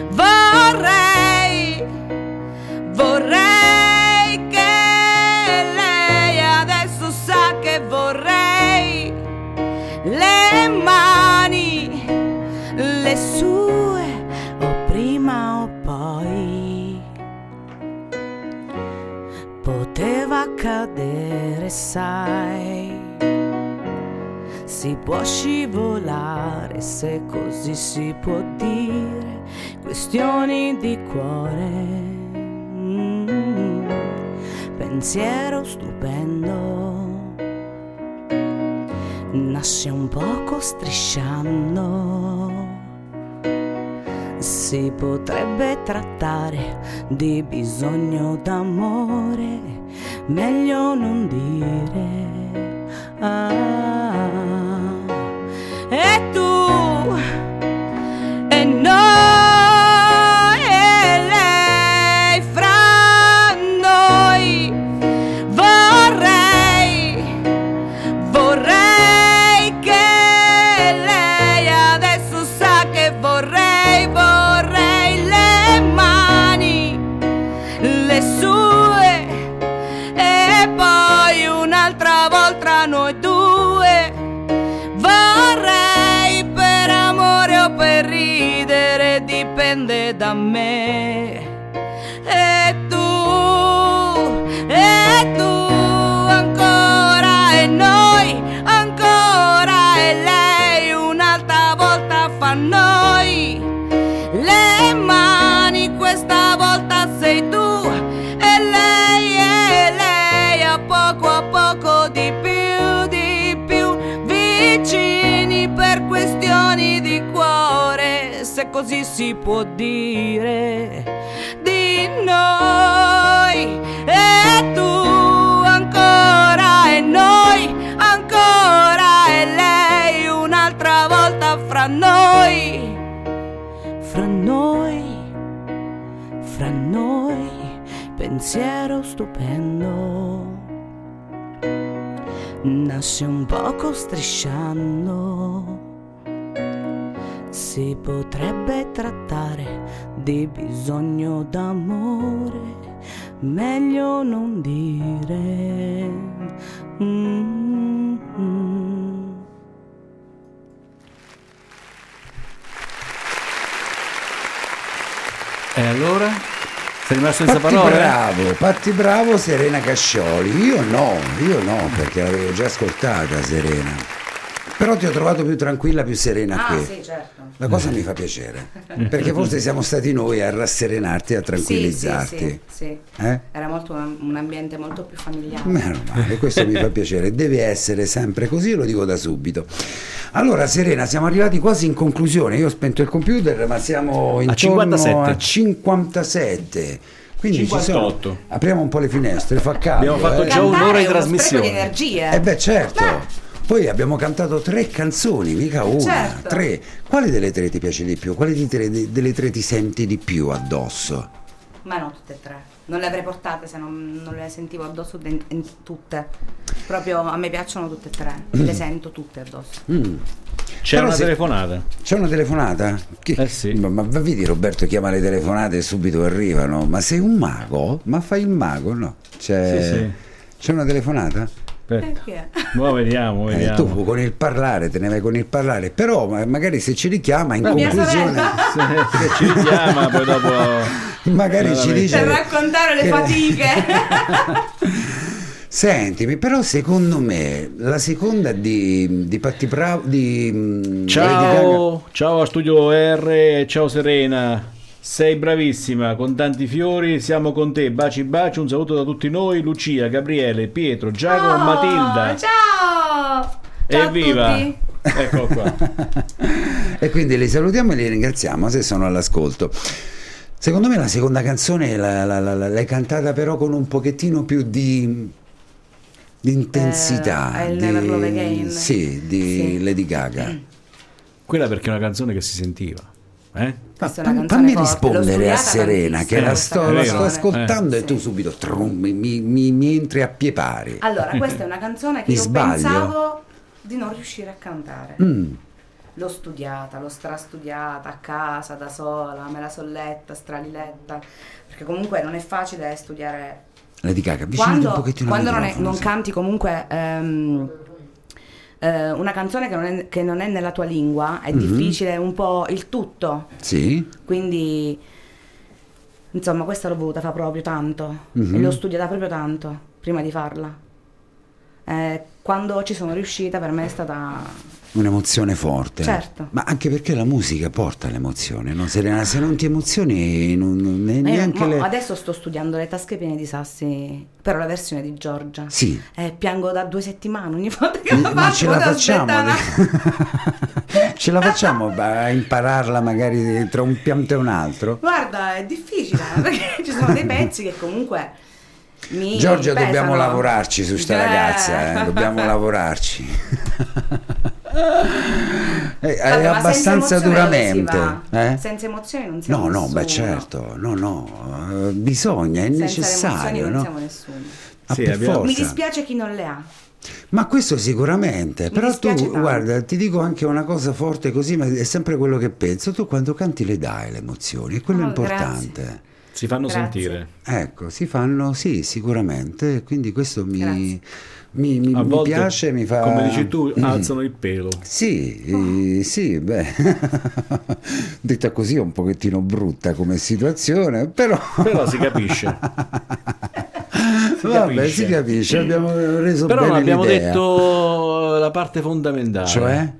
D: vorrei Vorrei che lei adesso sa che vorrei le mani, le sue, o prima o poi. Poteva accadere, sai. Si può scivolare se così si può dire, questioni di cuore. Mm. Pensiero stupendo, nasce un poco strisciando. Si potrebbe trattare di bisogno d'amore, meglio non dire. Ah. E tu e noi e lei fra noi vorrei Vorrei che lei adesso sa che vorrei, vorrei le mani, le sue e poi un'altra volta noi due. Vorrei per amore o per ridere, dipende da me. E tu, e tu ancora, e noi ancora, e lei un'altra volta fa noi. Le mani questa volta sei tu, e lei, e lei a poco a poco di più, di più vicini per questioni di cuore, se così si può dire, di noi e tu ancora e noi ancora e lei un'altra volta fra noi, fra noi, fra noi, pensiero stupendo nasce un poco strisciando. Si potrebbe trattare di bisogno d'amore, meglio non dire. Mm.
B: E allora? Sei rimasto senza
C: Patti
B: parole?
C: Bravo, Patti Bravo, Serena Cascioli. Io no, io no, perché l'avevo già ascoltata Serena. Però ti ho trovato più tranquilla, più serena
G: Ah,
C: qui.
G: sì, certo.
C: La cosa mi fa piacere, perché forse siamo stati noi a rasserenarti e a
G: Sì,
C: tranquillizzarti.
G: Sì, sì, sì.
C: Eh?
G: Era molto un, un ambiente molto più familiare.
C: Meno male, questo mi fa piacere, deve essere sempre così, lo dico da subito. Allora Serena, siamo arrivati quasi in conclusione, io ho spento il computer ma siamo intorno a
B: 57.
C: 57. Quindi ci sono-
B: 58.
C: apriamo un po' le finestre, fa caldo.
B: Abbiamo fatto
C: eh.
B: già un'ora di
G: è uno spreco
B: trasmissione.
G: di energie.
C: Eh beh certo,
G: Beh.
C: poi abbiamo cantato tre canzoni, mica una,
G: Certo.
C: tre. Quale delle tre ti piace di più? Quale di tre- delle tre ti senti di più addosso?
G: Ma no, tutte e tre. Non le avrei portate se non, non le sentivo addosso de- in- tutte. Proprio a me piacciono tutte e
C: [clears throat]
G: tre. Le sento tutte addosso.
B: C'è
C: Però
B: una
C: se-
B: telefonata.
C: C'è una telefonata? Chi-
B: Eh sì.
C: Ma, ma vedi Roberto chiama le telefonate e subito arrivano. Ma sei un mago? Ma fai il mago? No. C'è,
B: Sì, sì.
C: c'è una telefonata?
B: Aspetta.
G: Perché?
B: Ma vediamo,
C: Eh,
B: vediamo.
C: tu con il parlare, te ne vai con il parlare. Però ma- magari se ci richiama in
G: mia
C: conclusione...
G: sorella.
B: Se ci chiama poi dopo
C: [laughs] Magari ci
B: Veramente.
C: dice...
G: Per raccontare le
C: che- [laughs]
G: fatiche.
C: Sentimi, però secondo me la seconda di, di Patti Bravo... Di, mm, Lady Gaga-
B: Ciao, ciao a Studio R, ciao Serena. Sei bravissima, con tanti fiori, siamo con te. Baci baci, un saluto da tutti noi, Lucia, Gabriele, Pietro,
G: [laughs]
B: Giacomo,
G: Oh,
B: Matilda.
G: Ciao! Ciao a
B: Evviva!
G: tutti.
B: Ecco qua.
C: E quindi li salutiamo e li ringraziamo se sono all'ascolto. Secondo me la seconda canzone la- la- la- la- l'hai cantata però con un pochettino più di L'intensità
D: Eh, I'll
C: di-
D: Never Love Again.
C: sì, di
D: Sì. Mm.
C: Lady Gaga.
B: [laughs] Quella perché è una canzone che si sentiva. Eh?
D: Questa è
C: Fam-
D: una
C: fammi
D: canzone forte, l'ho
C: rispondere a
D: studiata
C: Serena che
D: tantissimo
C: la
D: questa
C: sto, la sto
D: canzone. Eh.
C: ascoltando e
D: Sì.
C: tu subito trum, mi, mi- mi entri a pie pari. [laughs]
D: Allora, questa è una canzone che
C: Mi
D: io
C: sbaglio?
D: pensavo di non riuscire a cantare.
C: Mm,
D: L'ho studiata, l'ho strastudiata a casa da sola, me la so letta, straliletta, perché comunque non è facile studiare
C: Lady Gaga, avvicinati un
D: quando,
C: pochettino al
D: quando non, è-
C: microfono,
D: non
C: sì.
D: canti comunque ehm, eh, una canzone che non, è, che non è nella tua lingua è
C: Mm-hmm.
D: difficile un po' il tutto
C: Sì?
D: quindi insomma questa l'ho voluta fare proprio tanto
C: Mhm.
D: e l'ho studiata proprio tanto prima di farla Eh, quando ci sono riuscita per me è stata
C: Un'emozione forte.
D: Certo.
C: Ma anche perché la musica porta l'emozione, no Serena? Se non ti emozioni non, non- ne-
D: Eh, Ma io-
C: neanche
D: mo
C: le...
D: adesso sto studiando le tasche piene di sassi però la versione di Giorgia
C: Sì.
D: Eh, piango da due settimane ogni volta che la
C: Ma
D: faccio,
C: ce la
D: vado a
C: facciamo?
D: smettere.
C: [laughs] ce la facciamo beh, a impararla magari tra un pianto e un altro?
D: Guarda, è difficile [laughs] perché ci sono dei pezzi che comunque mi
C: Giorgia,
D: pesano.
C: dobbiamo lavorarci su sta
D: Eh.
C: ragazza, eh,
D: [laughs]
C: dobbiamo lavorarci. Eh, è
D: Vabbè, ma
C: abbastanza
D: senza emozione non si
C: duramente.
D: va.
C: eh?
D: Senza emozioni non siamo
C: No, no,
D: nessuno.
C: beh certo, no, no, eh, bisogna, è
D: Senza le
C: necessario,
D: emozioni non
C: no?
D: siamo nessuno.
C: Ah,
B: Sì,
C: per
B: abbiamo-
C: forza.
D: Mi dispiace chi non le ha.
C: Ma questo sicuramente, però tu
D: dispiace tanto.
C: guarda, ti dico anche una cosa forte così, ma è sempre quello che penso, tu quando canti le dai le emozioni, e quello è
D: Oh,
C: importante.
B: Si fanno
D: Grazie.
B: sentire.
C: Ecco, si fanno, sì, sicuramente, quindi questo mi,
D: Grazie.
C: mi, mi-
B: A
C: mi
B: volte,
C: piace, mi fa...
B: come dici tu,
C: Mm.
B: alzano il
C: [laughs]
B: pelo.
C: Sì,
D: Oh.
C: eh, sì, beh, [laughs] detta così è un pochettino brutta come situazione, però...
B: Però si capisce. si
C: [laughs] Vabbè,
B: capisce.
C: si capisce, abbiamo reso
B: Però
C: bene
B: non abbiamo
C: l'idea.
B: detto la parte fondamentale.
C: Cioè?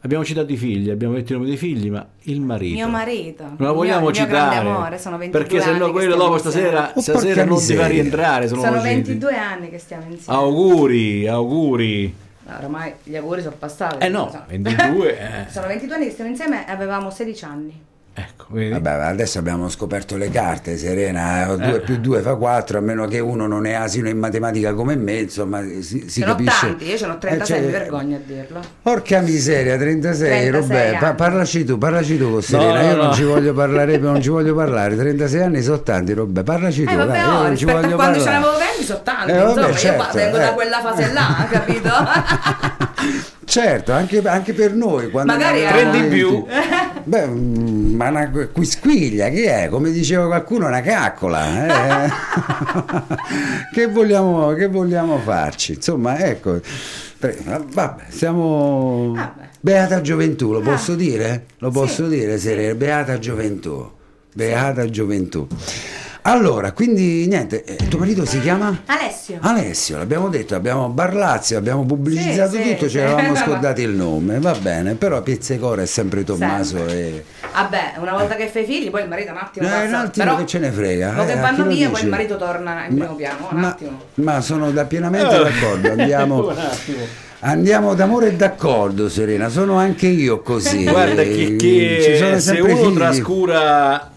B: Abbiamo citato i figli, abbiamo detto i nomi dei figli, ma il marito.
D: Mio marito.
B: Non la
D: Il
B: vogliamo
D: mio- il mio
B: citare.
D: grande amore, sono 22
B: perché se
D: anni
B: no
D: che
B: quello
D: stiamo
B: dopo
D: insieme.
B: stasera,
C: Oh,
B: stasera
C: porca
B: non si fa
C: miseria.
B: rientrare. Sono,
D: Sono
B: usciti.
D: 22 anni che stiamo insieme.
B: Auguri, auguri.
D: Ma Ormai gli auguri sono passati.
B: Eh no,
D: Sono-
B: 22. eh.
D: Sono 22 anni che stiamo insieme e avevamo 16 anni.
B: Ecco, vedi?
C: Vabbè, ma adesso abbiamo scoperto le carte, Serena,
D: Eh.
C: 2 più 2 fa 4, a meno che uno non è asino in matematica come me, insomma, si, si
D: ce n'ho
C: capisce.
D: tanti, io ce n'ho
C: Eh,
D: 36,
C: cioè,
D: mi vergogno a dirlo.
C: Porca miseria, 36,
D: 36
C: Roberto, pa-
D: anni.
C: parlaci tu, parlaci tu con Serena,
B: no,
C: io non
B: no.
C: ci voglio
D: [laughs]
C: parlare, non ci voglio parlare, 36 anni sono tanti, Roberto, parlaci tu,
D: Eh vabbè,
C: dai, io
D: oh,
C: non ci
D: rispetto
C: voglio
D: a quando
C: parlare.
D: ce n'avevo 20 sono tanti,
C: Eh, vabbè,
D: insomma, io qua
C: certo,
D: vengo
C: eh.
D: da quella fase là, [laughs] capito?
C: Certo, anche, anche per noi. Quando
D: Magari
C: ne avevamo
D: tre di
C: 20.
B: più.
C: [laughs] Beh, mm, ma una quisquiglia, che è? Come diceva qualcuno, una caccola. eh. [laughs] che, vogliamo, che vogliamo farci? Insomma, ecco. pre- Vabbè, siamo...
D: Vabbè. Ah.
C: Beata gioventù, lo posso dire? Lo
D: Sì.
C: posso dire, Serena? Beata gioventù. Beata gioventù. Allora, quindi niente, eh, tuo marito si chiama?
D: Alessio.
C: Alessio, l'abbiamo detto, abbiamo Barlazio, abbiamo pubblicizzato
D: Sì, sì,
C: tutto, ci
D: sì. [laughs]
C: eravamo scordati il nome, va bene, però Pizzecora è sempre Tommaso
D: Sempre.
C: e...
D: Vabbè, una volta che fai i figli, poi il marito un attimo
C: Eh,
D: passa.
C: un attimo
D: però,
C: che ce ne frega,
D: dopo
C: eh,
D: che
C: a chi
D: vanno
C: lo
D: via, poi
C: dici?
D: il marito torna in primo piano, un
C: ma,
D: attimo.
C: ma sono da pienamente d'accordo, andiamo,
B: Eh. [laughs] Un attimo.
C: andiamo d'amore e d'accordo Serena, sono anche io così.
B: [laughs] Guarda che, che
C: Ci sono
B: se
C: sempre
B: uno
C: figli.
B: trascura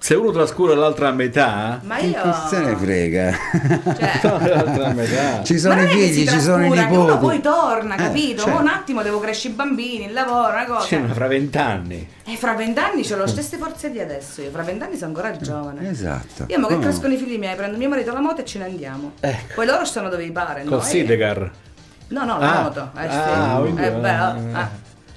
B: se uno trascura l'altra metà,
D: Ma
C: Che
D: io...
C: se ne frega? [laughs]
D: Cioè,
B: [laughs] l'altra metà.
C: Ci
D: ma
C: sono
D: non
C: i
D: è che si
C: figli, ci sono i
D: trascura, che Uno poi
C: nipoti.
D: torna,
C: Eh,
D: capito?
C: certo.
D: Un attimo devo crescere i bambini, il lavoro, una cosa.
B: Sì, ma fra vent'anni.
D: E fra vent'anni ho le stesse forze di adesso, io fra vent'anni sono ancora giovane.
C: Esatto.
D: Io mo che
C: Oh.
D: crescono i figli miei, prendo mio marito la moto e ce ne andiamo.
C: Eh.
B: Ecco.
D: Poi loro sono dove i pare, no?
B: Col
D: Eh,
B: Sidecar.
D: No, no, la
B: Ah.
D: moto. Eh, sì.
B: Ah,
D: Eh,
B: quindi,
D: beh,
B: eh,
D: ah,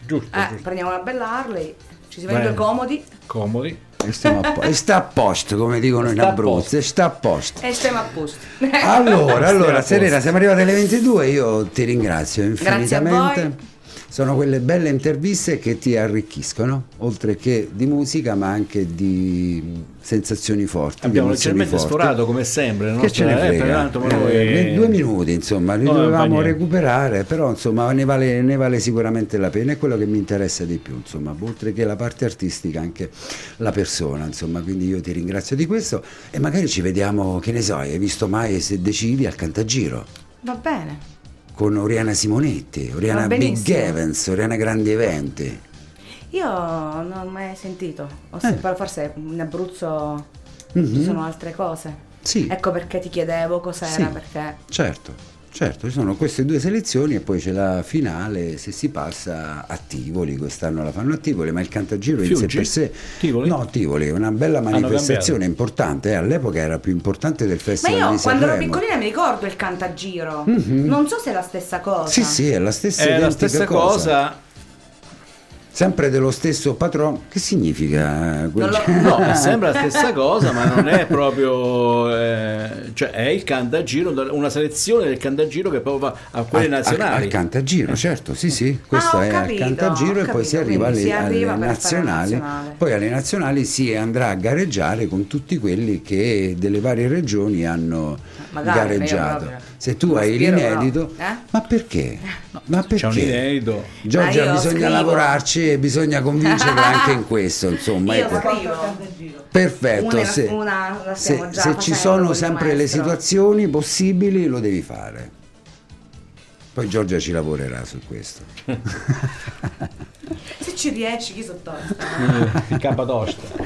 B: Giusto,
D: eh,
B: giusto.
D: prendiamo una bella Harley, ci si vede
B: Bene.
D: comodi
B: Comodi.
C: E, stiamo a po- e sta a posto, come dicono in
B: Sta a
C: Abruzzo,
B: posto.
C: e sta a posto.
D: e stiamo a posto. [laughs]
C: Allora, allora
B: a
C: Serena,
B: posto.
C: siamo arrivati alle 22, io ti ringrazio
D: a
C: infinitamente.
D: voi.
C: Sono quelle belle interviste che ti arricchiscono, oltre che di musica, ma anche di mh, sensazioni forti.
B: Abbiamo
C: di emozioni
B: leggermente
C: forti.
B: sforato come sempre. la
C: Che ce ne
B: nostra- eh,
C: frega?
B: peraltro, ma noi-
C: Eh, due minuti, insomma, li
B: No, non fa
C: dovevamo
B: niente.
C: recuperare, però insomma ne vale, ne vale sicuramente la pena. È quello che mi interessa di più, insomma, oltre che la parte artistica, anche la persona. Insomma, quindi io ti ringrazio di questo e magari ci vediamo, che ne so, hai visto mai se decidi al Cantagiro
D: Va bene,
C: con Oriana Simonetti, Oriana
D: Va
C: Big
D: benissimo.
C: Evans, Oriana Grandi Eventi.
D: io non ho mai sentito, ho
C: Eh.
D: sempre- forse in Abruzzo ci sono altre cose.
C: Mhm. Sì,
D: Ecco perché ti chiedevo cos'era,
C: Sì.
D: perché
C: certo. Certo, ci sono queste due selezioni e poi c'è la finale se si passa a Tivoli, quest'anno la fanno a Tivoli, ma il Cantagiro in sé
B: Fiuggi?
C: per sé...
B: Tivoli?
C: No, Tivoli, è una bella manifestazione importante, eh, all'epoca era più importante del
D: Ma
C: Festival
D: io
C: di
D: quando ero
C: Sanremo. Mhm.
D: piccolina mi ricordo il cantagiro. Non so se è la stessa cosa.
C: Sì, sì, è la stessa,
B: È la
C: identica
B: stessa
C: cosa.
B: cosa.
C: Sempre dello stesso patrono. Che significa? eh, quel-
D: Non lo-
C: [laughs]
B: No, sembra la stessa cosa, ma non è proprio. eh, cioè, è il Cantagiro, una selezione del Cantagiro che poi va a quelle
C: Al- al-
B: nazionali.
C: Al Cantagiro, certo, sì, sì. Questo
D: Ah, ho
C: è
D: capito,
C: al Cantagiro
D: ho
C: e poi si
D: capito,
C: arriva alle,
D: quindi si arriva
C: alle
D: per fare la
C: nazionali.
D: nazionale.
C: Poi alle nazionali si andrà a gareggiare con tutti quelli che delle varie regioni hanno
D: Magari, io
C: gareggiato.
D: proprio.
C: Se tu
D: Ma
C: hai
D: spero no.
C: l'inedito,
D: Eh?
C: ma perché? Ma
B: C'è un
C: perché?
B: inedito.
C: Giorgia,
D: Ma io
C: bisogna
D: scrivo.
C: lavorarci e bisogna convincerla anche
D: [laughs]
C: in questo, insomma.
D: Io
C: ecco.
D: scrivo.
C: Perfetto,
D: Una-
C: se,
D: una la
C: se-
D: stiamo già
C: se ci
D: facendo
C: sono
D: col
C: sempre le
D: maestro.
C: situazioni possibili lo devi fare. Poi Giorgia ci lavorerà su questo.
D: Se ci riesci, chi sottosta?
B: Il
D: [laughs]
B: Capatosta.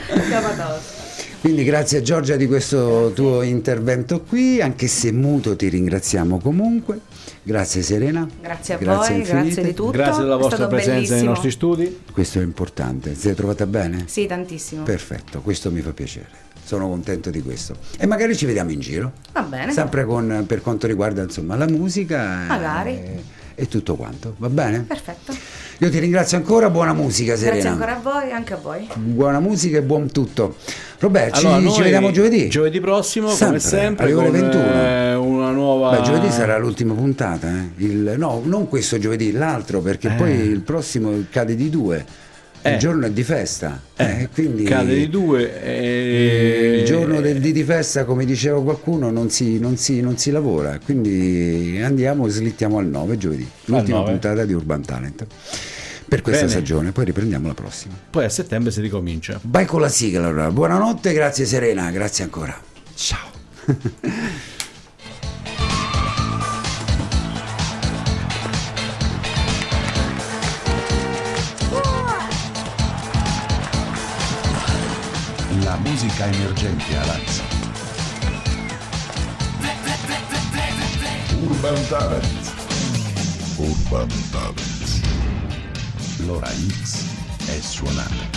C: Quindi grazie Giorgia di questo tuo intervento qui, anche se muto ti ringraziamo comunque. Grazie Serena.
D: Grazie a voi,
C: infinite.
D: grazie di tutto.
B: Grazie della
D: È
B: vostra
D: stato
B: presenza nei
D: bellissimo.
B: nostri studi.
C: Questo è importante. Ti sei trovata bene?
D: Sì, tantissimo.
C: Perfetto, questo mi fa piacere. Sono contento di questo. E magari ci vediamo in giro.
D: Va bene.
C: Sempre con, per quanto riguarda insomma, la musica. eh,
D: Magari.
C: E tutto quanto, va bene?
D: Perfetto.
C: Io ti ringrazio ancora, buona musica Serena.
D: Grazie ancora a voi e anche a voi.
C: Buona musica e buon tutto. Roberto, ci- ci,
B: noi
C: vediamo giovedì.
B: Giovedì prossimo,
C: Sempre,
B: come sempre,
C: alle ore
B: con,
C: 21.
B: eh, una nuova.
C: Beh, giovedì sarà l'ultima puntata, eh. Il- no, non questo giovedì, l'altro, perché poi il prossimo cade di due. Il
B: Eh.
C: giorno è di festa, eh, quindi
B: Cade di due. E...
C: il giorno del dì di festa, come diceva qualcuno, non si, non si- non si lavora. Quindi andiamo, slittiamo al 9 giovedì, l'ultima
B: nove.
C: puntata di Urban Talent per questa
B: Bene.
C: stagione. Poi riprendiamo la prossima.
B: Poi a settembre si ricomincia.
C: Vai con la sigla allora. Buonanotte, grazie Serena, grazie ancora. Ciao.
A: La musica emergente a Lanza. Urban Talent. Urban Talent. L'ora X è suonata.